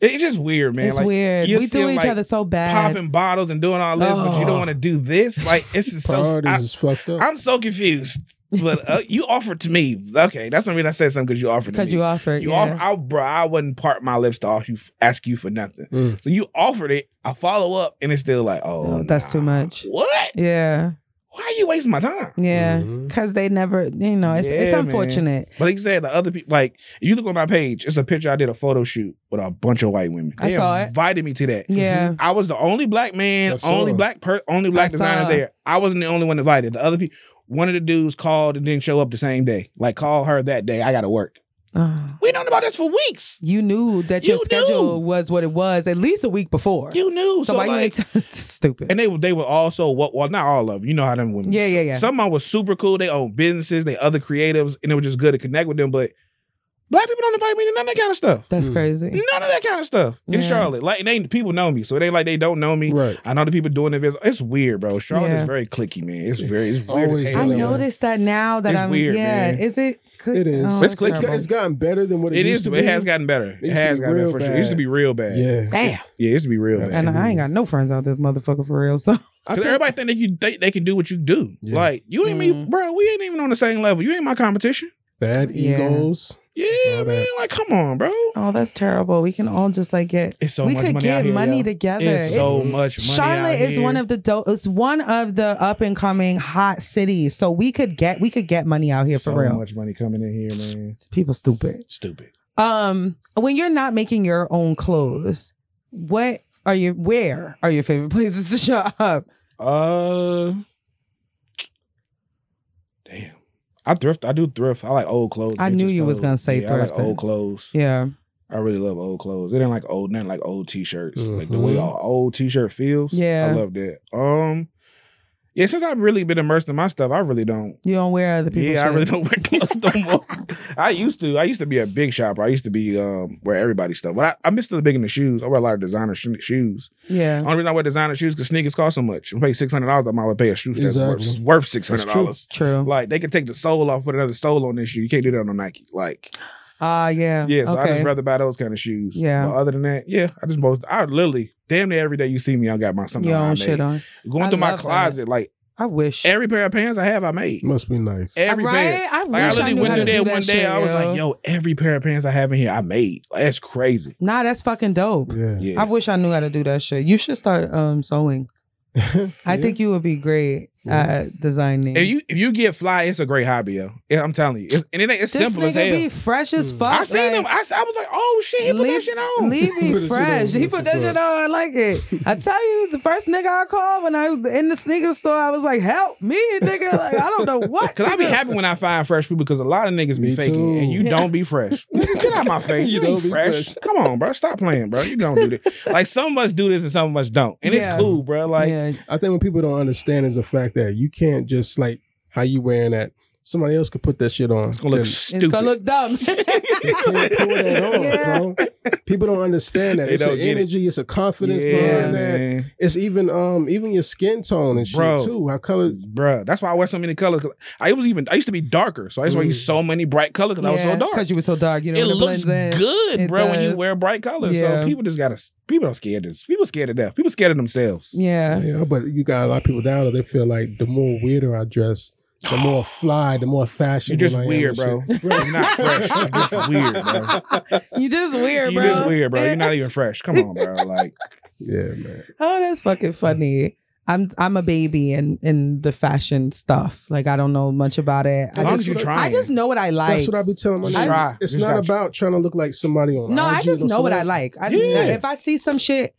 it- it's just weird, man.
it's
like
weird.
you're
We
still,
do each
like,
other so bad.
popping bottles and doing all this, but you don't
Oh.
want to do this. Like it's just so.
Priorities
I,
is fucked up.
I'm so confused.
[laughs]
But uh, you offered to me. Okay, that's the reason I said something because you offered to
Because
me.
you offered.
You
yeah.
offer, I, bro, I wouldn't part my lips to off you, ask you for nothing.
Mm.
So you offered it. I follow up, and it's still like, oh,
Oh, that's too
nah.
much.
What?
Yeah.
Why are you wasting my time?
Yeah.
Mhm.
Cause they never, you know, it's, it's
Mm-hmm. Yeah, man.
unfortunate.
But like you said, the other people, like if you look on my page, it's a picture I did a photo shoot with a bunch of white women.
I
They
saw it.
invited me to that.
Yeah.
I was the only black man,
I saw
only
it.
black per, only black
I saw
designer
it.
there. I wasn't the only one invited. The other people, one of the dudes called and didn't show up the same day. Like called her that day. I got to work.
Ah.
We known about this for weeks.
you knew that your
You
schedule
knew.
was what it was at least a week before.
You knew.
so,
So,
why
like,
you ain't t- [laughs] stupid?
and they were they were also what? Well, not all of them. You know how them women.
yeah, yeah, yeah.
Some of them was super cool. They own businesses. They other creatives, and it was just good to connect with them. But black people don't invite me to none of that kind of stuff.
That's
Mm.
crazy.
None of that kind of stuff in
Yeah.
Charlotte. Like they people know me, so they like they don't know me.
Right.
I know the people doing events. It's weird, bro. Charlotte
Yeah.
is very clicky, man. It's very it's weird.
Always
as
I
hell.
been that
Like,
way.
noticed that now that
It's
I'm.
weird,
yeah.
man.
Is it? cl-
It is.
Oh,
It's
it's
click-
It's, got-
terrible.
it's gotten better than what it,
it
used
is.
to
It
be.
has gotten better. It,
used to
has
be
gotten better
real
for sure. It used to
bad.
be real bad. Yeah,
Yeah.
Damn.
it used to be real
And
bad.
And I ain't got no friends out this motherfucker for real. So
I
Cause
think-
everybody think that you think they can do what you do.
Yeah.
Like you ain't me,
Mm.
bro. We ain't even on the same level. You ain't my competition.
bad
Yeah.
egos.
Yeah,
All
man.
that.
Like come on, bro.
[laughs] oh, that's terrible. We can all just like get.
It's so
we
much
could
money out
get
here.
money
yo.
together.
It's
It's-
so much money.
Charlotte
out
is
here.
one of the dope. It's one of the up and coming hot cities. So we could get we could get money out here for
so
real.
much money coming in here, man.
People stupid.
Stupid.
Um, when you're not making your own clothes, what are your where are your favorite places to [laughs] shop?
Uh, damn. I thrift. I do thrift. I like old clothes.
I knew
vintage
you was
clothes.
gonna say
yeah, I like
thrifting.
old clothes.
Yeah,
I really love old clothes. It ain't like old, nothing
Mm-hmm.
like old t-shirts. Like the way
Mhm.
all old t-shirt feels.
Yeah.
I love that. Um, Yeah, since I've really been immersed in my stuff, I really don't.
You don't wear other people's
yeah, I
shit.
really don't wear [laughs] clothes no more. I used to. I used to be a big shopper. I used to be um, wear everybody's stuff. But I, I'm still big in the shoes. I wear a lot of designer sh- shoes.
yeah.
Only reason I wear designer shoes because sneakers cost so much. I pay six hundred dollars. I might would pay a shoe that's worth,
Exactly.
worth six hundred dollars.
True.
Like they can take the sole off, put another sole on this shoe. You can't do that on Nike. Like
Ah, yeah.
yeah, so I
Okay.
just rather buy those kind of shoes.
Yeah.
But other than that, yeah, I just most I literally damn near every day you see me, I got my something
Your
I
own
made.
shit on.
Going
I
through my
love that.
closet, like
I wish.
every pair of pants I have, I made.
Must be nice.
Every
right?
pair.
I
Like I
wish I,
literally
knew
went
how to
through
do
there
that
one day.
shit,
I was like, yo, every pair of pants I have in here, I made. Like, that's crazy.
Nah, that's fucking dope.
Yeah.
Yeah.
I wish I knew how to do that shit. You should start um sewing. I
[laughs] Yeah.
think you would be great at designing.
if you if you get fly, it's a great hobby, yo. Yeah, I'm telling you, it's, and it ain't it's
this
simple
nigga
as hell. Hmm.
be fresh as
Mm.
fuck.
I seen
like,
him. I, s- I was like, oh shit, he put
Leave-
that shit on.
Leave
[laughs]
Put that
me
shit
fresh. He
on, that's
put that
what's
shit on.
up.
I like it. I tell you, he was the first nigga I called when I was in the sneaker store. I was like, help me, nigga. Like, I don't know what.
[laughs] Cause
to
I be
do.
happy when I find fresh people because a lot of niggas be
Me
faking
too.
and you
Yeah.
don't
[laughs]
be fresh. Nigga, Get out my face.
You
You, don't
don't be
fresh.
fresh.
Come on, bro. Stop playing, bro. You don't do that. like some of us do this and some of us don't. And
Yeah.
it's cool, bro. Like
yeah.
I think what people don't understand is the fact that you can't just like how you wearing that. Somebody else could put that shit on.
it's gonna look
Then
stupid.
It's gonna look
[laughs]
dumb.
they can't pull that off,
Yeah.
bro. People don't understand that.
They
it's
don't
an
get it.
energy. It's a confidence
yeah,
behind that.
man.
It's even um even your skin tone and shit
Bro.
too. How color
Bruh, that's why I wear so many colors. 'cause I was even I used to be darker, so I used to wear
Mm.
so many bright colors because I was so dark.
Because you were so dark. You know,
it
when
looks
blends in.
good,
It
bro, when you
does.
wear bright colors.
Yeah.
So people just gotta people are scared of this. People scared of death. People scared of themselves.
Yeah.
Yeah, but you got a lot of people down there. They feel like the more weirder I dress, the
[gasps]
more fly, the more
You're
fashion.
just weird, [laughs] bro. You're not fresh.
[laughs]
You're just weird, bro.
You just weird,
You
bro.
just weird, bro. You're not even fresh. Come on, bro. Like
Yeah, man.
[laughs] Oh, that's fucking funny. I'm I'm a baby in in the fashion stuff. Like I don't know much about it. I
long
just
as you
I
trying.
just know what I like.
That's what I be telling my
Just
niggas.
try.
It's
Just
not
gotta try.
about trying to look like somebody on.
no, I
IG
just
or
know what I
something.
like. I,
Yeah.
If I see some shit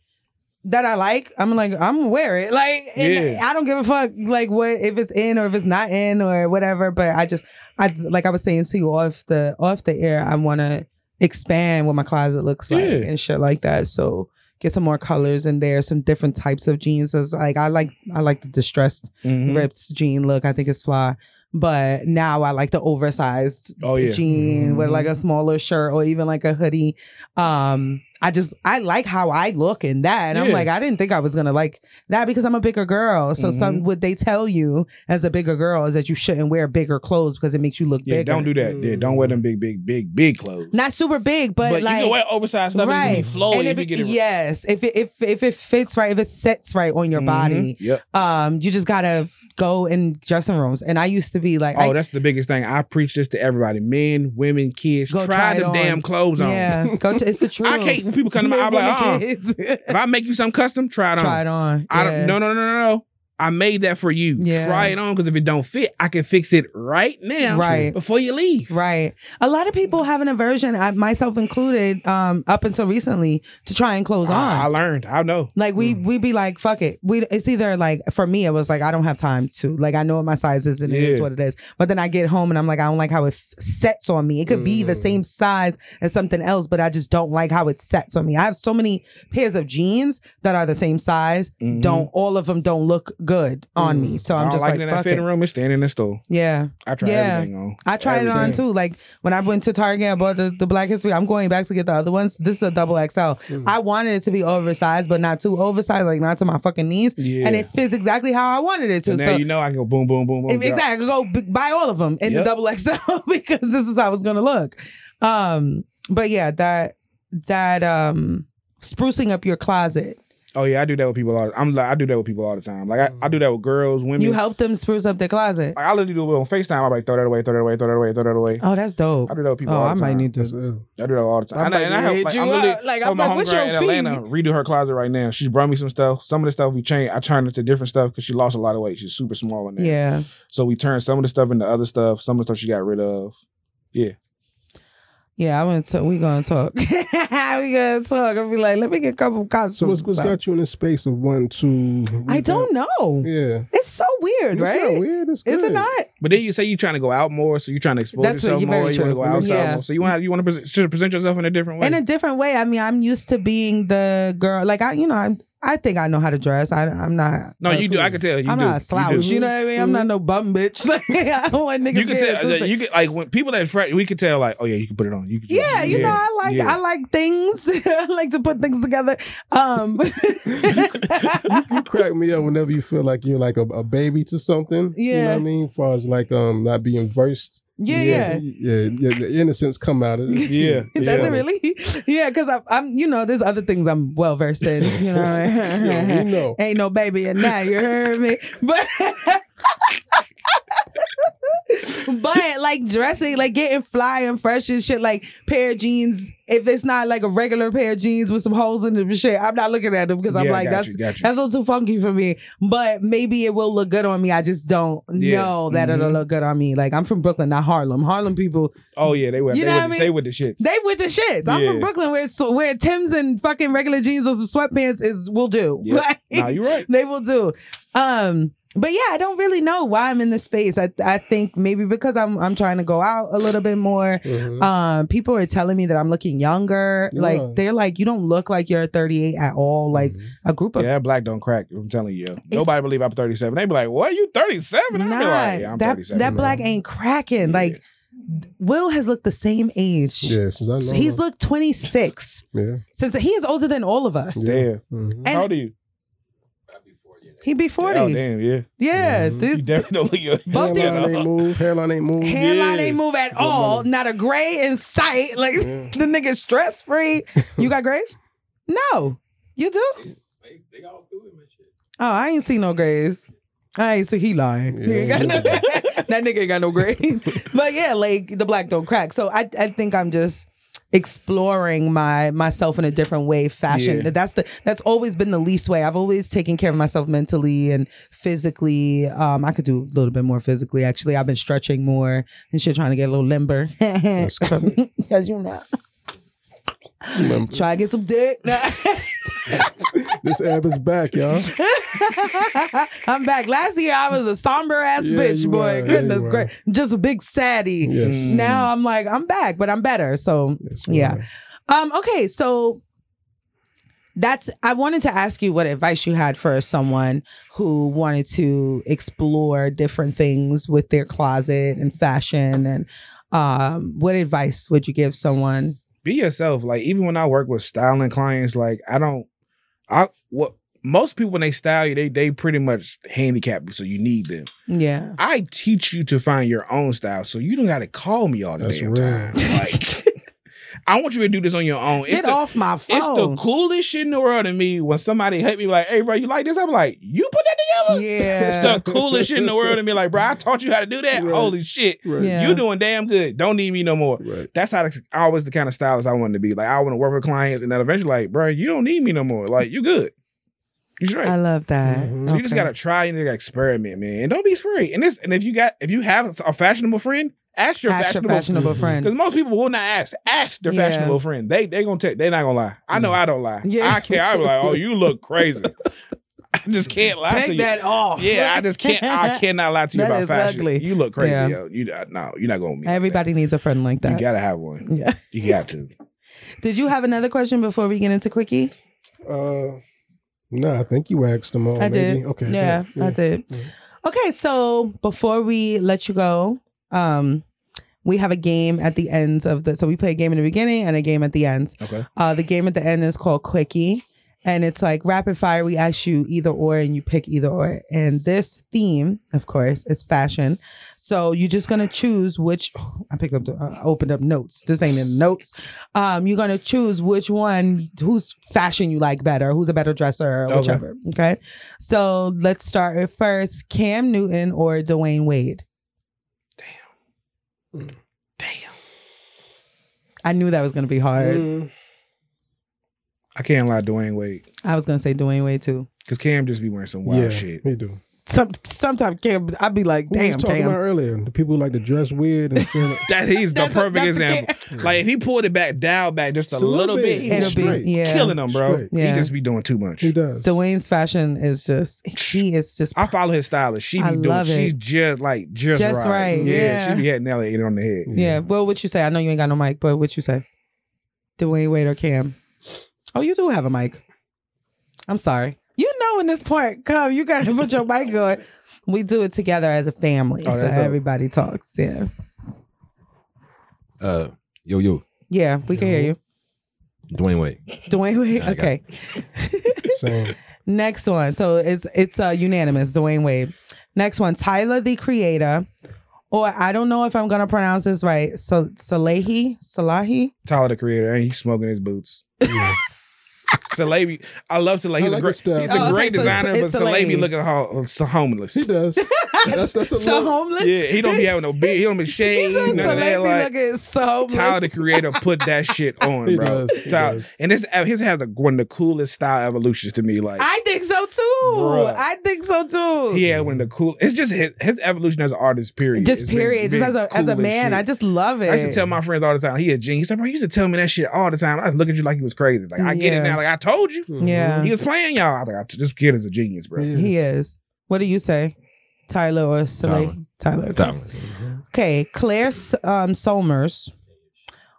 that I like, I'm like, I'm gonna wear it. Like, and
Yeah.
I don't give a fuck, like, what if it's in or if it's not in or whatever. But I just, I like I was saying to you off the off the air, I want to expand what my closet looks like
Yeah.
and shit like that. So get some more colors in there, some different types of jeans. It's Like I like, I like the distressed
mhm.
ripped jean look. I think it's fly. But now I like the oversized
Oh yeah.
jean with
Mhm.
like a smaller shirt or even like a hoodie. Um, I just I like how I look in that. And I'm
Yeah.
like, I didn't think I was gonna like that because I'm a bigger girl. So
Mm-hmm.
some what they tell you as a bigger girl is that you shouldn't wear bigger clothes because it makes you look
Yeah,
bigger.
don't do that. Yeah, don't wear them big, big, big, big clothes.
not super big, but,
but
like
you can wear oversized stuff and you
right.
can be flowing
and if
if you
it,
get it
yes, if it if if it fits right, if it sets right on your
Mhm.
body,
Yep.
um, you just gotta go in dressing rooms. And I used to be like, I
Oh, that's the biggest thing. I preach this to everybody: men, women, kids.
Go
Try,
try it
them
on.
damn clothes on.
yeah, go to it's the truth.
[laughs] I can't. When people come to my,
[laughs]
I'm like, uh.
Kids.
If I make you something custom, try it on.
Try it on.
I don't.
yeah.
No, no, no, no, no. I made that for you.
Yeah.
Try it on because if it don't fit, I can fix it right now.
Right.
before you leave.
Right. A lot of people have an aversion, I, myself included, um, up until recently, to trying clothes
I, I
on.
learned. I know.
Like we we be like, fuck it. We it's either like for me, it was like I don't have time to. Like I know what my size is and it is
Yeah.
what it is. But then I get home and I'm like, I don't like how it f- sets on me. It could be the
Mm.
same size as something else, but I just don't like how it sets on me. I have so many pairs of jeans that are the same size.
Mhm.
Don't all of them don't look good on me.
Mm.
So
I
I'm
don't
just
like,
like,
it in that
fuck it.
fitting room and standing in the store.
Yeah.
I try
Yeah.
everything on.
I tried it on
Everything.
too. Like when I went to Target, I bought the, the Black History. I'm going back to get the other ones. This is a double XL.
Mm.
I wanted it to be oversized, but not too oversized, like not to my fucking knees.
Yeah.
And it fits exactly how I wanted it
so
to.
now
So,
you know I can go boom, boom, boom, boom.
if- exactly, I could go b- buy all of them in
Yep.
the double XL [laughs] because this is how it's gonna look. Um, but yeah, that that um sprucing up your closet.
Oh yeah, I do that with people all. The, I'm like, I do that with people all the time. Like I, I do that with girls, women.
Mm. You help them spruce up their closet.
like, I literally do it on Facetime. I'm like, throw that away, throw that away, throw that away, throw that away.
Oh, that's dope.
I do that with people.
Oh,
all the
I might
time.
need
That's uh,
to.
ill.
I do that all the time.
I'm
I know,
like,
and I help,
hit
like,
you
I'm
up.
literally,
Like,
help
I'm
my
like, what's
homegirl
your
in Atlanta redo her closet right now. She's brought me some stuff. Some of the stuff we changed, I turned it to different stuff because she lost a lot of weight. She's super small in there.
Yeah.
So we turned some of the stuff into other stuff. Some of the stuff she got rid of.
Yeah, I want to. We gonna talk. [laughs] we gonna talk. I'll be like, let me get a couple costumes.
So what's, what's got you in the space of one, two?
I don't know.
Yeah,
It's so weird,
It's
right?
not weird. It's
Is
good.
it not?
But then you say you're trying to go out more, so you're trying to expose
That's what-
yourself
you're very
more. You want
true.
to go outside
Yeah.
more. So you want to you want to present, should present yourself in a different way.
In a different way. I mean, I'm used to being the girl. Like I, you know, I'm I think I know how to dress. I, I'm not.
No, you do. I can tell you.
I'm
do.
not a
You
slouch.
do.
You, know what I mean? I'm not no bum bitch. [laughs] Like I don't want niggas.
You can
getting
tell.
too
that- You can like when people that frat, we could tell like, oh yeah, you can put it on. You can,
Yeah, you know, I like
yeah.
I like things. [laughs] I like to put things together.
[laughs]
Um [laughs]
you crack me up whenever you feel like you're like a, a baby to something. You know
Yeah.
what I mean? As far as like um not being versed.
Yeah, yeah.
Yeah, yeah, the innocence come out
[laughs]
of it.
Yeah.
It
[laughs] Yeah.
doesn't really. [laughs] Yeah, because I'm, I'm, you know, there's other things I'm well versed in. You
[laughs]
[laughs]
Yeah,
know,
we know.
ain't no baby in that. You heard me, [laughs] but. but like dressing, like getting fly and fresh and shit, like pair of jeans. If it's not like a regular pair of jeans with some holes in them, and shit, I'm not looking at them because I'm
Yeah,
like,
got
that's
you, got you.
that's a little too funky for me. But maybe it will look good on me. I just don't
Yeah.
know that it'll
Mhm.
look good on me. Like I'm from Brooklyn, not Harlem. Harlem people
oh yeah, they were.
You
they
know
would
what I mean?
They with the shits.
they with the shits. I'm
Yeah.
from Brooklyn, where so, where Tim's and fucking regular jeans or some sweatpants is will do.
Yeah.
[laughs] Like,
nah, you're right.
they will do. Um, but yeah, I don't really know why I'm in this space. I I think maybe because I'm I'm trying to go out a little bit more.
Mhm.
Um, people are telling me that I'm looking younger.
Yeah.
Like they're like, you don't look like you're 38 at all. Like
Mhm.
a group of
Mm. yeah, that black don't crack. I'm telling you. Nobody believe I'm 37. They be like, what? You 37? I be like, yeah, I'm
that
37.
that
man.
black ain't cracking. Like Will has looked the same age.
Yeah, since I know
He's
her.
looked 26
yeah.
since he is older than all of us.
yeah. yeah.
Mhm.
And-
How old are you?
He be 40.
Oh damn, yeah.
Yeah,
Mhm.
this
You definitely [laughs] don't look your
Both these-
hairline ain't move. Hairline ain't move.
hairline
Yeah.
ain't move at
Good
all.
money.
Not a gray in sight. [laughs] Like
Yeah.
the nigga stress
[laughs]
free. You got grays? No, you do.
They, they all threw him and shit.
Oh, I ain't see no grays. I ain't see he lying. [laughs] He ain't got no-
Yeah.
that nigga ain't got no gray. [laughs] but yeah, like the black don't crack. So I I think I'm just exploring my myself in a different way fashion
Yeah.
that's the that's always been the least way i've always taken care of myself mentally and physically um i could do a little bit more physically actually i've been stretching more and shit trying to get a little limber [laughs]
good.
because you know
Remember,
try to get some dick [laughs]
this ab is back, y'all.
i'm back last year i was a somber ass
Yeah,
bitch
you
boy
were. Yeah, you
goodness
were.
great just a big sadie
Yes.
Mm.
now i'm like i'm back but i'm better so
Yes,
Yeah.
man.
Um, okay, so that's I wanted to ask you what advice you had for someone who wanted to explore different things with their closet and fashion and um what advice would you give someone?
be yourself. Like even when I work with styling clients, like I don't, I what most people when they style you, they they pretty much handicap you, so you need them.
Yeah.
I teach you to find your own style, so you don't got to call me all the
That's
damn
real.
time.
[laughs]
Like [laughs] I want you to do this on your own. It's
Get
the,
off my
it's the
phone.
coolest shit in the world to me when somebody hit me like, "Hey, bro, you like this?" I'm like, "You put that together."
yeah.
It's the coolest shit in the world to me. Like, bro, I taught you how to do that.
Right.
Holy shit,
Right.
Yeah.
you doing damn good. Don't need me no more
Right.
that's how the, always the kind of stylist I wanted to be. Like I want to work with clients, and then eventually, like, bro, you don't need me no more. Like you good, you straight.
I love that.
Mhm.
Mm-hmm. so you just
Okay.
gotta try and experiment, man, and don't be afraid. And this, and if you got, if you have a fashionable friend, ask your
ask your
fashionable.
fashionable
Mhm.
friend.
Because most people will not ask. Ask their
Yeah. Mm.
fashionable friend. They they gonna tell. They not gonna lie. I know I don't lie.
Yeah.
I can't. I be like, oh, you
[laughs]
look crazy. [laughs] I just can't lie to
Take
you.
that off.
Yeah, I just
[laughs]
can't. I cannot lie to you
That
about
is
fashion.
ugly.
You look crazy,
Yeah.
yo. You uh, no, you're not gonna meet
Everybody needs a friend like
That.
that.
You gotta have one.
yeah. [laughs]
You got to.
Did you have another question before we get into quickie?
Uh, no, I think you asked them all.
I
maybe.
did.
Okay.
Yeah, I did.
yeah.
Okay, so before we let you go, um, we have a game at the end of the. So we play a game in the beginning and a game at the end.
Okay.
Uh, the game at the end is called Quickie, and it's like rapid fire. We ask you either or, and you pick either or. And this theme, of course, is fashion. So you're just gonna choose which. I picked up, the, uh, opened up notes. This ain't in notes. Um, you're gonna choose which one, whose fashion you like better, who's a better dresser, or
Okay.
whichever. Okay. So let's start with first: Cam Newton or Dwayne Wade. Mm.
Damn.
I knew that was gonna be hard.
Mm.
I can't lie, Dwayne Wade,
I was gonna say Dwayne Wade too.
because Cam just be wearing some wild
yeah,
shit.
We do.
Some sometimes Cam, I'd be like,
Who we
damn,
was talking
Cam.
about earlier? The people who like to dress weird
[laughs]
and feel like,
That he's the
That's a-
perfect
that's a
Cam.
example. [laughs] Like if he pulled it back, dialed back just a, little, bit,
It'll
he's
be-
straight.
yeah.
killing him, bro.
Straight.
Yeah.
He just be doing too much.
He does.
Dwayne's fashion is just she is just
I follow his stylist. She be
I
doing.
love
She's
it.
just like just,
Just right,
Yeah,
yeah.
she be hitting Nelly on the head.
yeah. Well, what you say? I know you ain't got no mic, but what you say? Dwayne Wade or Cam? Oh, you do have a mic. I'm sorry. You know when this part come, you gotta put your
[laughs]
mic on. We do it together as a family,
Oh,
so
that's dope.
everybody talks. Yeah,
Uh, yo, yo,
yeah, we can hear you, [laughs]
Dwayne Wade.
Dwayne.
[laughs]
Wade?
I got
Okay,
Same.
next one. So it's it's uh, unanimous, Dwayne Wade. Next one, Tyler the Creator, or I don't know if I'm gonna pronounce this right. So Salahi, Salahi. [laughs]
Tyler the Creator, and he's smoking his boots.
Yeah.
Salebi, I love Salebi.
I
He's,
like
a, great,
his style.
he's
Oh,
a
okay,
great
so it's-
designer,
it's
but
Salebi.
Salebi looking ho- so homeless.
[laughs]
he does. That's that's
so
a little,
homeless.
Yeah, he
[laughs]
don't be having no beard. He don't be
He
shaved.
said
None of that.
Salahi
Like
looking so homeless.
Tyler the Creator put
[laughs]
that shit on,
he
bro.
does. He
Tyler-
does.
And this uh, his had the, one of the coolest style evolutions to me. Like
I think so too.
Bruh.
I think so too.
he had one of the cool. It's just his, his evolution as an artist. Period.
just
It's been-
period.
been
just as a as
cool
a
as
man,
shit.
I just love it.
I used to tell my friends all the time, he a genius. He said, bro, you used to tell me that shit all the time. I look at you like you was crazy. Like, I get
Yeah.
it now. Like, I told you.
Yeah.
He was playing y'all. I was like, I- this kid is a genius, bro.
Yeah.
he is. What do you say, Tyler or Soleil? Tyler.
Tyler.
Mm-hmm.
Okay, Claire S- um, Somers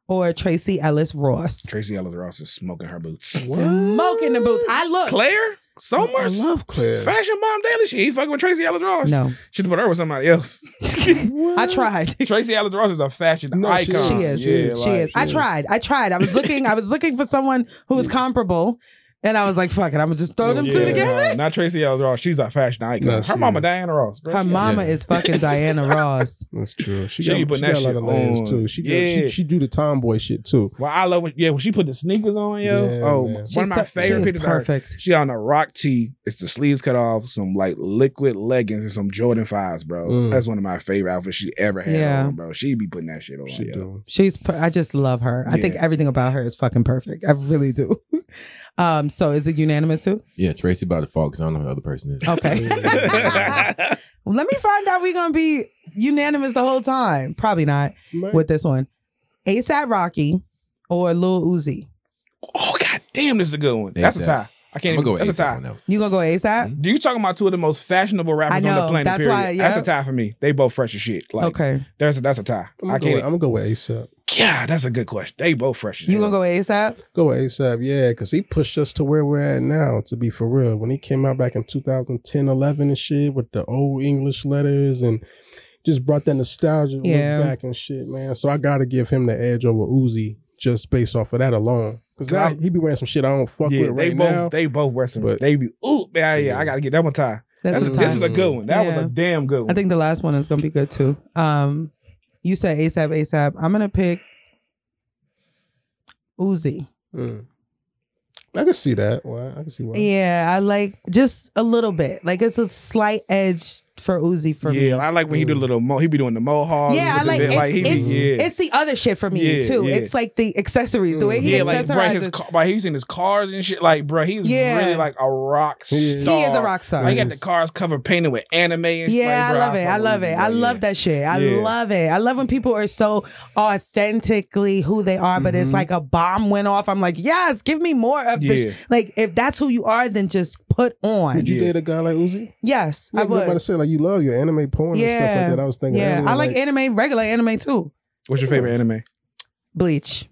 or Tracy Ellis Ross.
Tracy Ellis Ross is smoking her boots.
What?
Smoking the boots. I look.
Claire?
I
Somers?
love Claire.
Fashion Bomb Daily. She ain't fucking with Tracy Ellis Ross. [laughs]
No,
Should have put her with somebody else. [laughs]
I tried.
Tracy Ellis Ross is a fashion
No, she
icon.
She is. she
Yeah, like,
is. I tried. I tried. I was looking. I was looking for someone who was comparable, and I was like, "Fuck it, I'm gonna just throw them two
yeah,
together."
nah, not Tracy Ellis Ross. She's a fashion icon.
No,
her
she
mama
is.
Diana Ross. Bro.
Her mama
Yeah.
is fucking Diana Ross.
That's true. She,
She
got,
be putting
she got
that
a lot
shit
of layers
on.
too. She, does-
Yeah.
she she do the tomboy shit too.
Well, I love when, yeah, when she put the sneakers on, yo.
Yeah,
oh,
man.
[laughs] one
She's
of my
so-
favorite
she is
pictures of her
Perfect.
She on a rock tee. It's the sleeves cut off, some like liquid leggings and some Jordan fives, bro.
Mm.
That's one of my favorite outfits she ever had
Yeah.
on, bro. She be putting that shit on.
She
yo.
do.
She's. Per- I just love her. I think
Yeah.
everything about her is fucking perfect. I really do. [laughs] um. So is it unanimous too?
Yeah, Tracy by default because I don't know who the other person is.
Okay.
[laughs]
[laughs] Well, Let me find out. We're gonna be unanimous the whole time. Probably not
Man,
with this one. ASAP Rocky or Lil Uzi.
oh god damn, this is a good one. That's a
ASAP.
tie. I can't
I'm
even
gonna
go.
go with
That's a
ASAP
tie.
on that one.
You gonna go ASAP?
Mhm.
Do you talking about two of the most fashionable rappers
I
on
know,
the planet?
that's
period.
why,
That's
yep.
a tie for me. They both fresh as shit. Like
okay.
that's a, that's a tie.
I'm
I
gonna, go with,
can't.
I'm gonna go with ASAP.
God, that's a good question. They both fresh as
You
hell.
gonna go ASAP?
Go with ASAP, yeah, because he pushed us to where we're at now, to be for real. When he came out back in 2010, 11 and shit with the old English letters and just brought that nostalgia look
Yeah.
back and shit, man. So I got to give him the edge over Uzi just based off of that alone. Because he be wearing some shit I don't fuck
Yeah,
with
they
right
both
now.
they both wear some.
But-
They be ooh yeah yeah.
Yeah.
I gotta get that one tie.
That's,
That's
a
a, this
time.
is a good one. That
Yeah.
was a damn good one.
I think the last one is gonna be good too. Um, you said ASAP, ASAP. I'm gonna pick Uzi.
Mm. I can see that. Why? I can see why.
Yeah, I like just a little bit. Like it's a slight edge for Uzi for
yeah,
me.
I like when he do
Mm.
little mo. He be doing the mohawk.
Yeah, I like-
he be,
it's-
yeah.
It's the other shit for me
Yeah,
too.
yeah.
It's like the accessories, the way he
yeah,
yeah,
like bro, his
accessorizes.
car, bro, he's in his cars and shit. Like, bro, he's
Yeah.
really like a rock star.
He is.
he is a rock star.
Like, he got
Yes.
the cars covered painted with anime. And
Yeah,
like, bro,
I love it. I
fuck
love
with
it.
him,
I
bro,
love
yeah.
that shit. I
Yeah.
love it. I love when people are so authentically who they are, but
Mm-hmm.
it's
Mhm.
like a bomb went off. I'm like, yes, give me more of this.
Yeah,
Like, if that's who you are, then just put on.
Would you
Yeah.
date a guy like Uzi?
Yes,
Like,
I
I was about to
would.
say, like, you love your anime porn and stuff
Yeah.
like that. I was thinking,
Yeah,
earlier,
I like anime, regular anime too.
what's your favorite anime?
Bleach.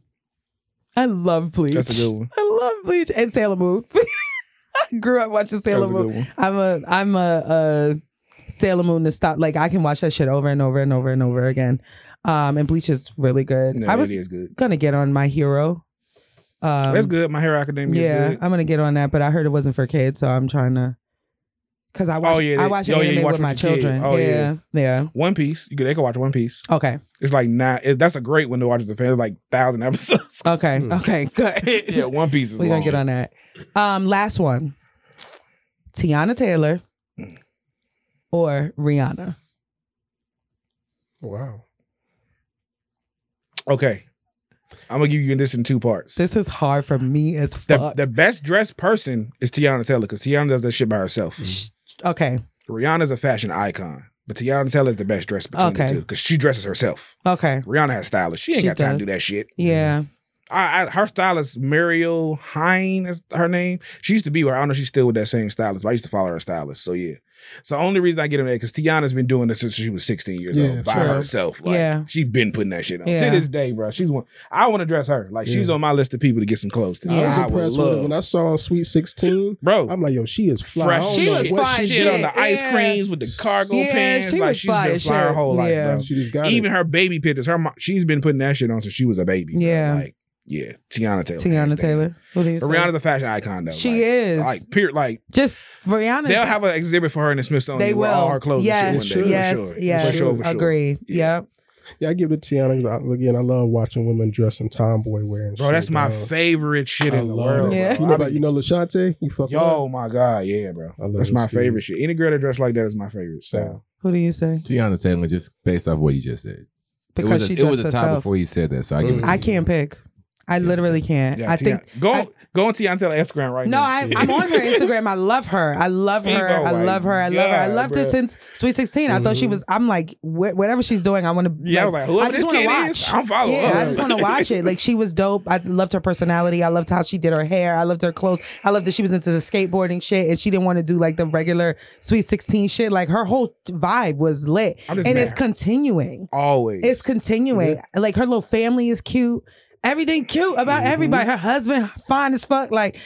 I love Bleach.
That's a good one.
I love Bleach and Sailor Moon. [laughs] I grew up watching
That's a
Sailor Moon.
good one.
I'm a I'm a, a Sailor Moon to stop. Like I can watch that shit over and over and over and over again. Um, and Bleach is really good.
No,
I was
it is good.
gonna get on My Hero. Um,
That's good. My Hero Academia
Yeah,
is good.
I'm gonna get on that, but I heard it wasn't for kids, so I'm trying to. Cause I watch,
yeah,
I
they-
watch
oh, yeah,
anime
you watch
with my
with your kid.
children.
Oh,
yeah,
yeah.
yeah,
One Piece. You could they could watch One Piece.
Okay,
It's like nine. It, that's a great one to watch as a fan. It's like thousand [laughs] episodes.
okay,
Hmm.
okay, [laughs] good.
[laughs] yeah, One Piece is.
we're Uh,
long.
gonna get on that. Um, last one, Tiana Taylor
Hmm.
or Rihanna.
Wow.
Okay, I'm gonna give you this in two parts.
This is hard for me as
the,
fuck.
the best dressed person is Tiana Taylor because Tiana does that shit by herself.
okay,
Rihanna's a fashion icon, but Tiana Taylor is the best dressed between
Okay.
the two because she dresses herself.
okay,
Rihanna has stylists. She ain't
She
got time
does.
to do that shit.
yeah.
I, I, her stylist Mariel Hine is her name. She used to be with her. I don't know if she's still with that same stylist, but I used to follow her stylist. So yeah, So only reason I get him there because Tiana's been doing this since she was 16 years
Yeah,
old by
true.
herself. Like
Yeah.
she's been putting that shit on.
Yeah.
To this day, bro. She's one I want to dress her. Like she's
Yeah.
on my list of people to get some clothes to.
Yeah.
I was
I, would
impressed with her
love.
when I saw her on Sweet 16.
bro,
I'm like, yo, she is fly. I
fresh.
don't
She
know
was
what
fly
she
shit,
did.
on the ice
Yeah.
creams with the cargo
Yeah,
pants.
she
like
was
she's
fly
been
as
fly her
shit.
whole life,
Yeah.
bro.
She just got
Even
it.
her baby pictures. Her mom, she's been putting that shit on since she was a baby. bro.
Yeah.
Like, yeah. Tiana Mm. Taylor. hands
Tiana
down.
Taylor. What do you say?
Rihanna's a fashion icon though.
she
like,
is.
Like, period. Like,
just Rihanna.
they'll have an exhibit for her in the Smithsonian.
They
With all
will.
her clothes.
Yes,
and shit one day,
yes,
for sure.
yes.
For sure, for sure.
Agreed.
Yeah.
Yep.
Yeah, I give it to Tiana. 'cause I- Again, I love watching women dress in tomboy wear. And
Bro,
shit,
that's my
dog.
favorite shit
I
in the
love
world.
it.
Yeah.
bro.
You know
I
about you know Lashante? You fuck
be- Yo, my God, yeah, bro.
I love
That's
this
my
dude.
favorite shit. Any girl that dressed like that is my favorite style.
Who do you say?
Tiana Taylor, just based off what you just said. it
Because
was a,
she
it was
dressed
a time
herself.
before he said that, so I give it.
Mm.
to
I
you.
can't pick. I literally can't.
Yeah,
I
Tiana.
think.
go
I-
go on Tiana Taylor Instagram right
No,
now.
I, I'm on
[laughs]
her Instagram. I love her. I love
She
her.
go
I
like,
love her. I love her. I
God,
loved her
bruh. Mm-hmm.
since Sweet 16. I thought she
Mhm.
was. I'm like, wh- whatever she's doing, I want to.
Yeah, I was like, whoever
I just
this
wanna
kid
watch.
is, I'm following.
Yeah,
her.
I just want to watch it. Like she was dope. I loved her personality. I loved how she did her hair. I loved her clothes. I loved that she was into the skateboarding shit and she didn't want to do like the regular Sweet 16 shit. Like her whole vibe was lit.
I'm
And
just
it's
mad.
continuing.
[laughs] Always.
It's continuing. Like her little family is cute. Everything cute about
Mm-hmm.
everybody. Her husband fine as fuck. Like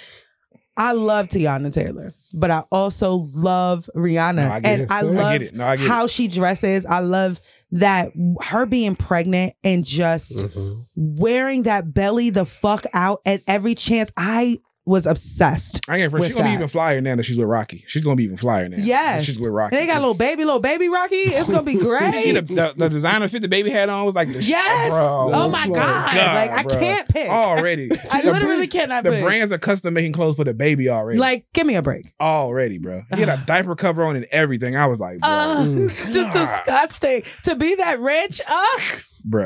I love Tiana Taylor, but I also love Rihanna.
No, I get
and
it.
I
I
love
get it. No, I get
how she dresses. I love that her being pregnant and just
Mhm.
wearing that belly the fuck out at every chance. I was obsessed.
it. I ain't afraid. She's
with
gonna be
that.
even flyer now that she's with Rocky. She's gonna be even flyer now.
Yes.
She's with Rocky.
And they got a little
It's-
baby, little baby Rocky. It's gonna be great.
Did [laughs] you see the, the, the designer fit the baby had on was like the
yes.
bro.
oh my
my
god.
God,
Like I
bro.
can't pick.
already.
[laughs] I
The
literally
brand-
cannot
The
pick.
brands are custom making clothes for the baby already.
Like, give me a break.
already, bro. He had a diaper cover on and everything. I was like, bro,
Uh,
Mm.
it's just
God.
disgusting to be that rich. Ugh,
bro.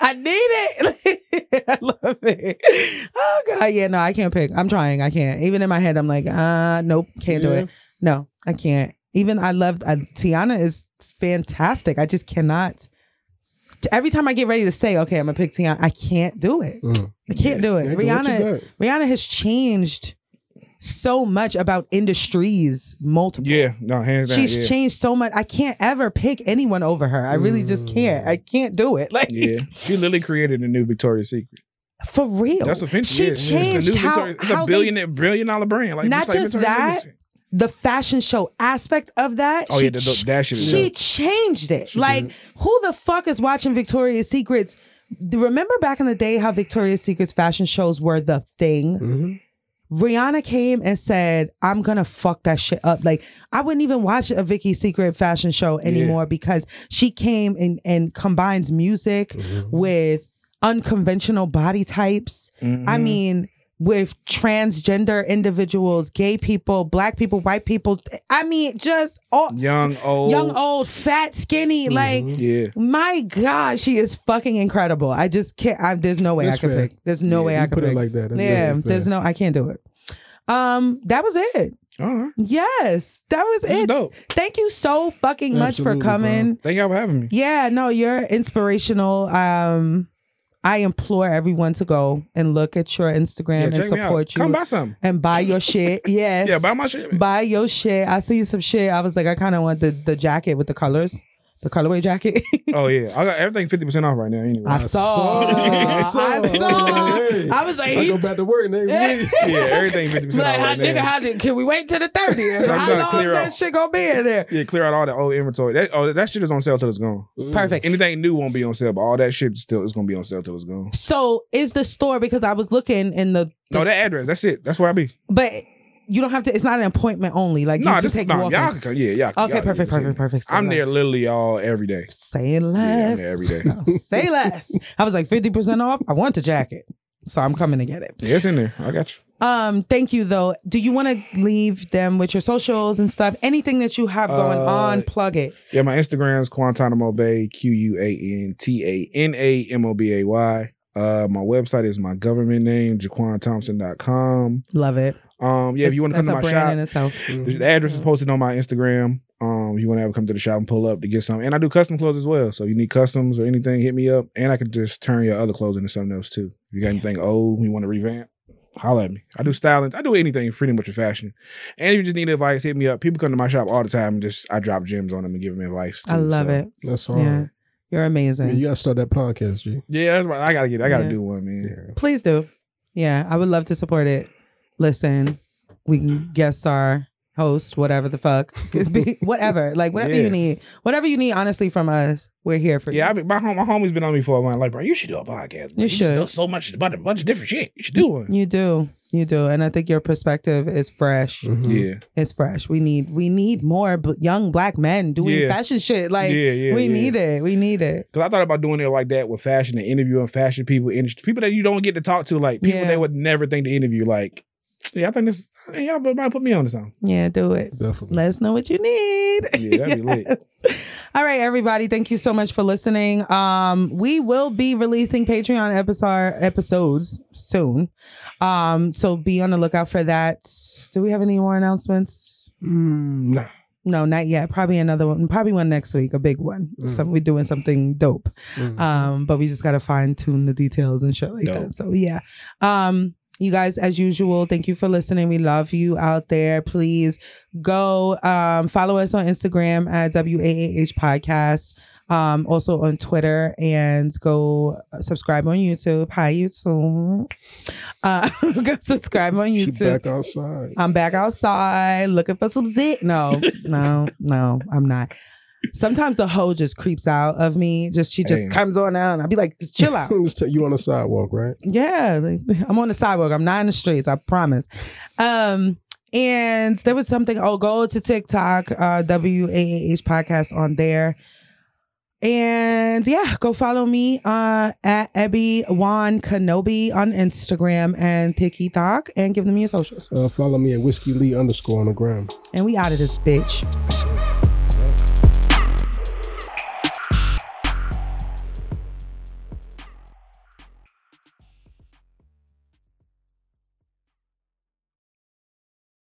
I need it. [laughs] I love it. Oh god, yeah, no, I can't pick. I'm trying. I can't. Even in my head, I'm like, uh, nope, [laughs] can't do
Yeah.
it. No, I can't. Even I loved uh, Tiana is fantastic. I just cannot. Every time I get ready to say, okay, I'm gonna pick Tiana, I can't do it.
Mm-hmm.
Mm.
I can't do it.
Yeah, go, what you
Rihanna,
got?
Rihanna has changed so much about industries, multiple.
Yeah, no, hands down.
She's
yeah.
changed so much. I can't ever pick anyone over her. I really just
Mm.
can't. I can't do it. [laughs] Like
yeah, she literally created a new Victoria's Secret.
for real.
That's what Fenty
she
is. it's
changed
the new
how-
Victoria's. It's
how
a
they-
billion billion dollar brand. Like
Not
like
just
Victoria's
that,
Secret.
the fashion show aspect of that.
Oh
she
yeah, the, the,
ch-
that shit. Is
she
dope.
changed it.
She
like
did.
who the fuck is watching Victoria's Secrets? Remember back in the day how Victoria's Secrets fashion shows were the thing?
Mhm.
Rihanna came and said, I'm gonna fuck that shit up. Like, I wouldn't even watch a Vicky Secret fashion show anymore because she came and, and combines music
Mhm.
with unconventional body types. I
Mhm.
mean, with transgender individuals, gay people, black people, white people. I mean, just all
young old, Mm-hmm.
young, old, fat, skinny. Like,
Mhm.
Yeah,
my God, she is fucking incredible. I just can't. I, there's no way
That's
I could
fair.
pick. There's no
Yeah,
way
You
I could
put it
pick.
like that. That's
yeah,
definitely
there's
fair.
no. I can't do it. Um, that was it.
all right,
Yes, that was
this is
it.
dope.
Thank you so fucking much for
Absolutely, bro.
coming.
Thank y'all for having me.
Yeah, no, you're inspirational. Um, I implore everyone to go and look at your Instagram and
check me out.
support you
Come buy something.
and buy your shit. Yes.
[laughs] Yeah, buy my shit. man.
Buy your shit. I see some shit. I was like, I kind of want the the jacket with the colors, the colorway jacket.
[laughs]
[laughs]
Oh yeah, I got everything fifty percent off right now. Anyway,
I saw.
[laughs]
I saw.
Hey,
I was like,
I
he-
go back to work
[laughs]
next week.
[laughs] yeah, everything fifty percent
like,
off
how,
right
nigga,
now.
how did, can we wait till the 30th?
I'm
How
trying to
long is
clear
that
out.
shit gonna be in there?
Yeah, clear out all that old inventory. That oh, that shit is on sale till it's gone.
Perfect.
Anything new won't be on sale, but all that shit still is gonna be on sale till it's gone.
So is the store because I was looking in the,
No, that address. That's it. That's where I be.
but you don't have to. It's not an appointment only. Like you
nah,
can
this,
take
nah,
walk.
y'all can come. Yeah, y'all.
Okay,
y'all-
perfect,
yeah,
perfect, perfect. Say
I'm there
less.
literally all every day.
Say
Yeah, I'm
less.
there
[laughs]
every day.
No, say
[laughs]
less. I was like fifty percent off. I want the jacket, so I'm coming to get it.
Yeah, it's in there. I got you.
Um, thank you though. Do you want to leave them with your socials and stuff? Anything that you have going
Uh,
on, plug it.
Yeah, my Instagram's Guantanamo Bay, Q U A N T A N A M O B A Y. Uh, my website is my government name, jaquanthompson.com.
Love it.
Um, yeah, if you want to come to
That's
my
a brand
shop,
in itself.
Mm.
The the address is posted on my Instagram. Um, if you want to ever come to the shop and pull up to get some, and I do custom clothes as well. So if you need customs or anything, hit me up, and I can just turn your other clothes into something else too. If you got anything old you want to revamp, holla at me. I do styling. I do anything pretty much in fashion. And if you just need advice, hit me up. People come to my shop all the time. And just I drop gems on them and give them advice.
I
too,
love
so.
it.
That's hard.
Yeah, you're
Man, you
amazing.
gotta start that podcast, G.
Yeah, that's right. I gotta get. I gotta
Yeah.
do one, man.
Please do. Yeah, I would love to support it. Listen, we can guest our host, whatever the
[laughs]
fuck, It'd be- whatever. Like whatever
Yeah.
you need, whatever you need. Honestly, from us, we're here for
Yeah,
you.
I been, my home, my homie's been on me for a while. Like, bro, you should do a podcast. Bro.
You should.
do so much about a bunch of different shit. You should do one.
You do, you do, and I think your perspective is fresh.
Mhm.
Yeah,
It's fresh. We need, we need more b- young black men doing
Yeah.
fashion shit. Like
yeah, yeah.
we
yeah.
need it. We need it.
Cause I thought about doing it like that with fashion and interviewing fashion people, industry people that you don't get to talk to, like people
Yeah.
they would never think to interview. Like, yeah, I think this. Y'all might put me on to something.
Yeah, do it.
Definitely.
Let us know what you need.
Yeah, that'd be lit.
[laughs] Yes. All right, everybody. Thank you so much for listening. Um, we will be releasing Patreon episode episodes soon. Um, so be on the lookout for that. Do we have any more announcements?
Mm, nah.
No, not yet. Probably another one. Probably one next week. A big one.
Mm.
Some we're doing something dope.
Mm.
Um, but we just gotta fine tune the details and shit like
Dope.
that. So yeah. Um, you guys, as usual, thank you for listening. We love you out there. Please go um, follow us on Instagram at WAAH Podcast. Um, also on Twitter and go uh, subscribe on YouTube. Hi, YouTube. Uh, [laughs] go subscribe on
She
YouTube.
back outside.
I'm back outside looking for some zit. No, no, no, I'm not. Sometimes the hoe just creeps out of me. Just she just
Hey.
comes on out, and I'll be like, "Just chill
[laughs]
out.
Just take you on the sidewalk, right?
yeah, like, [laughs] I'm on the sidewalk. I'm not in the streets. I promise. Um, and there was something. Oh, go to TikTok, uh, WAAH podcast on there. And yeah, go follow me uh, at Ebby Juan Kenobi on Instagram and TikTok, and give them your socials.
Uh, follow me at whiskey lee underscore on the gram.
And we out of this bitch.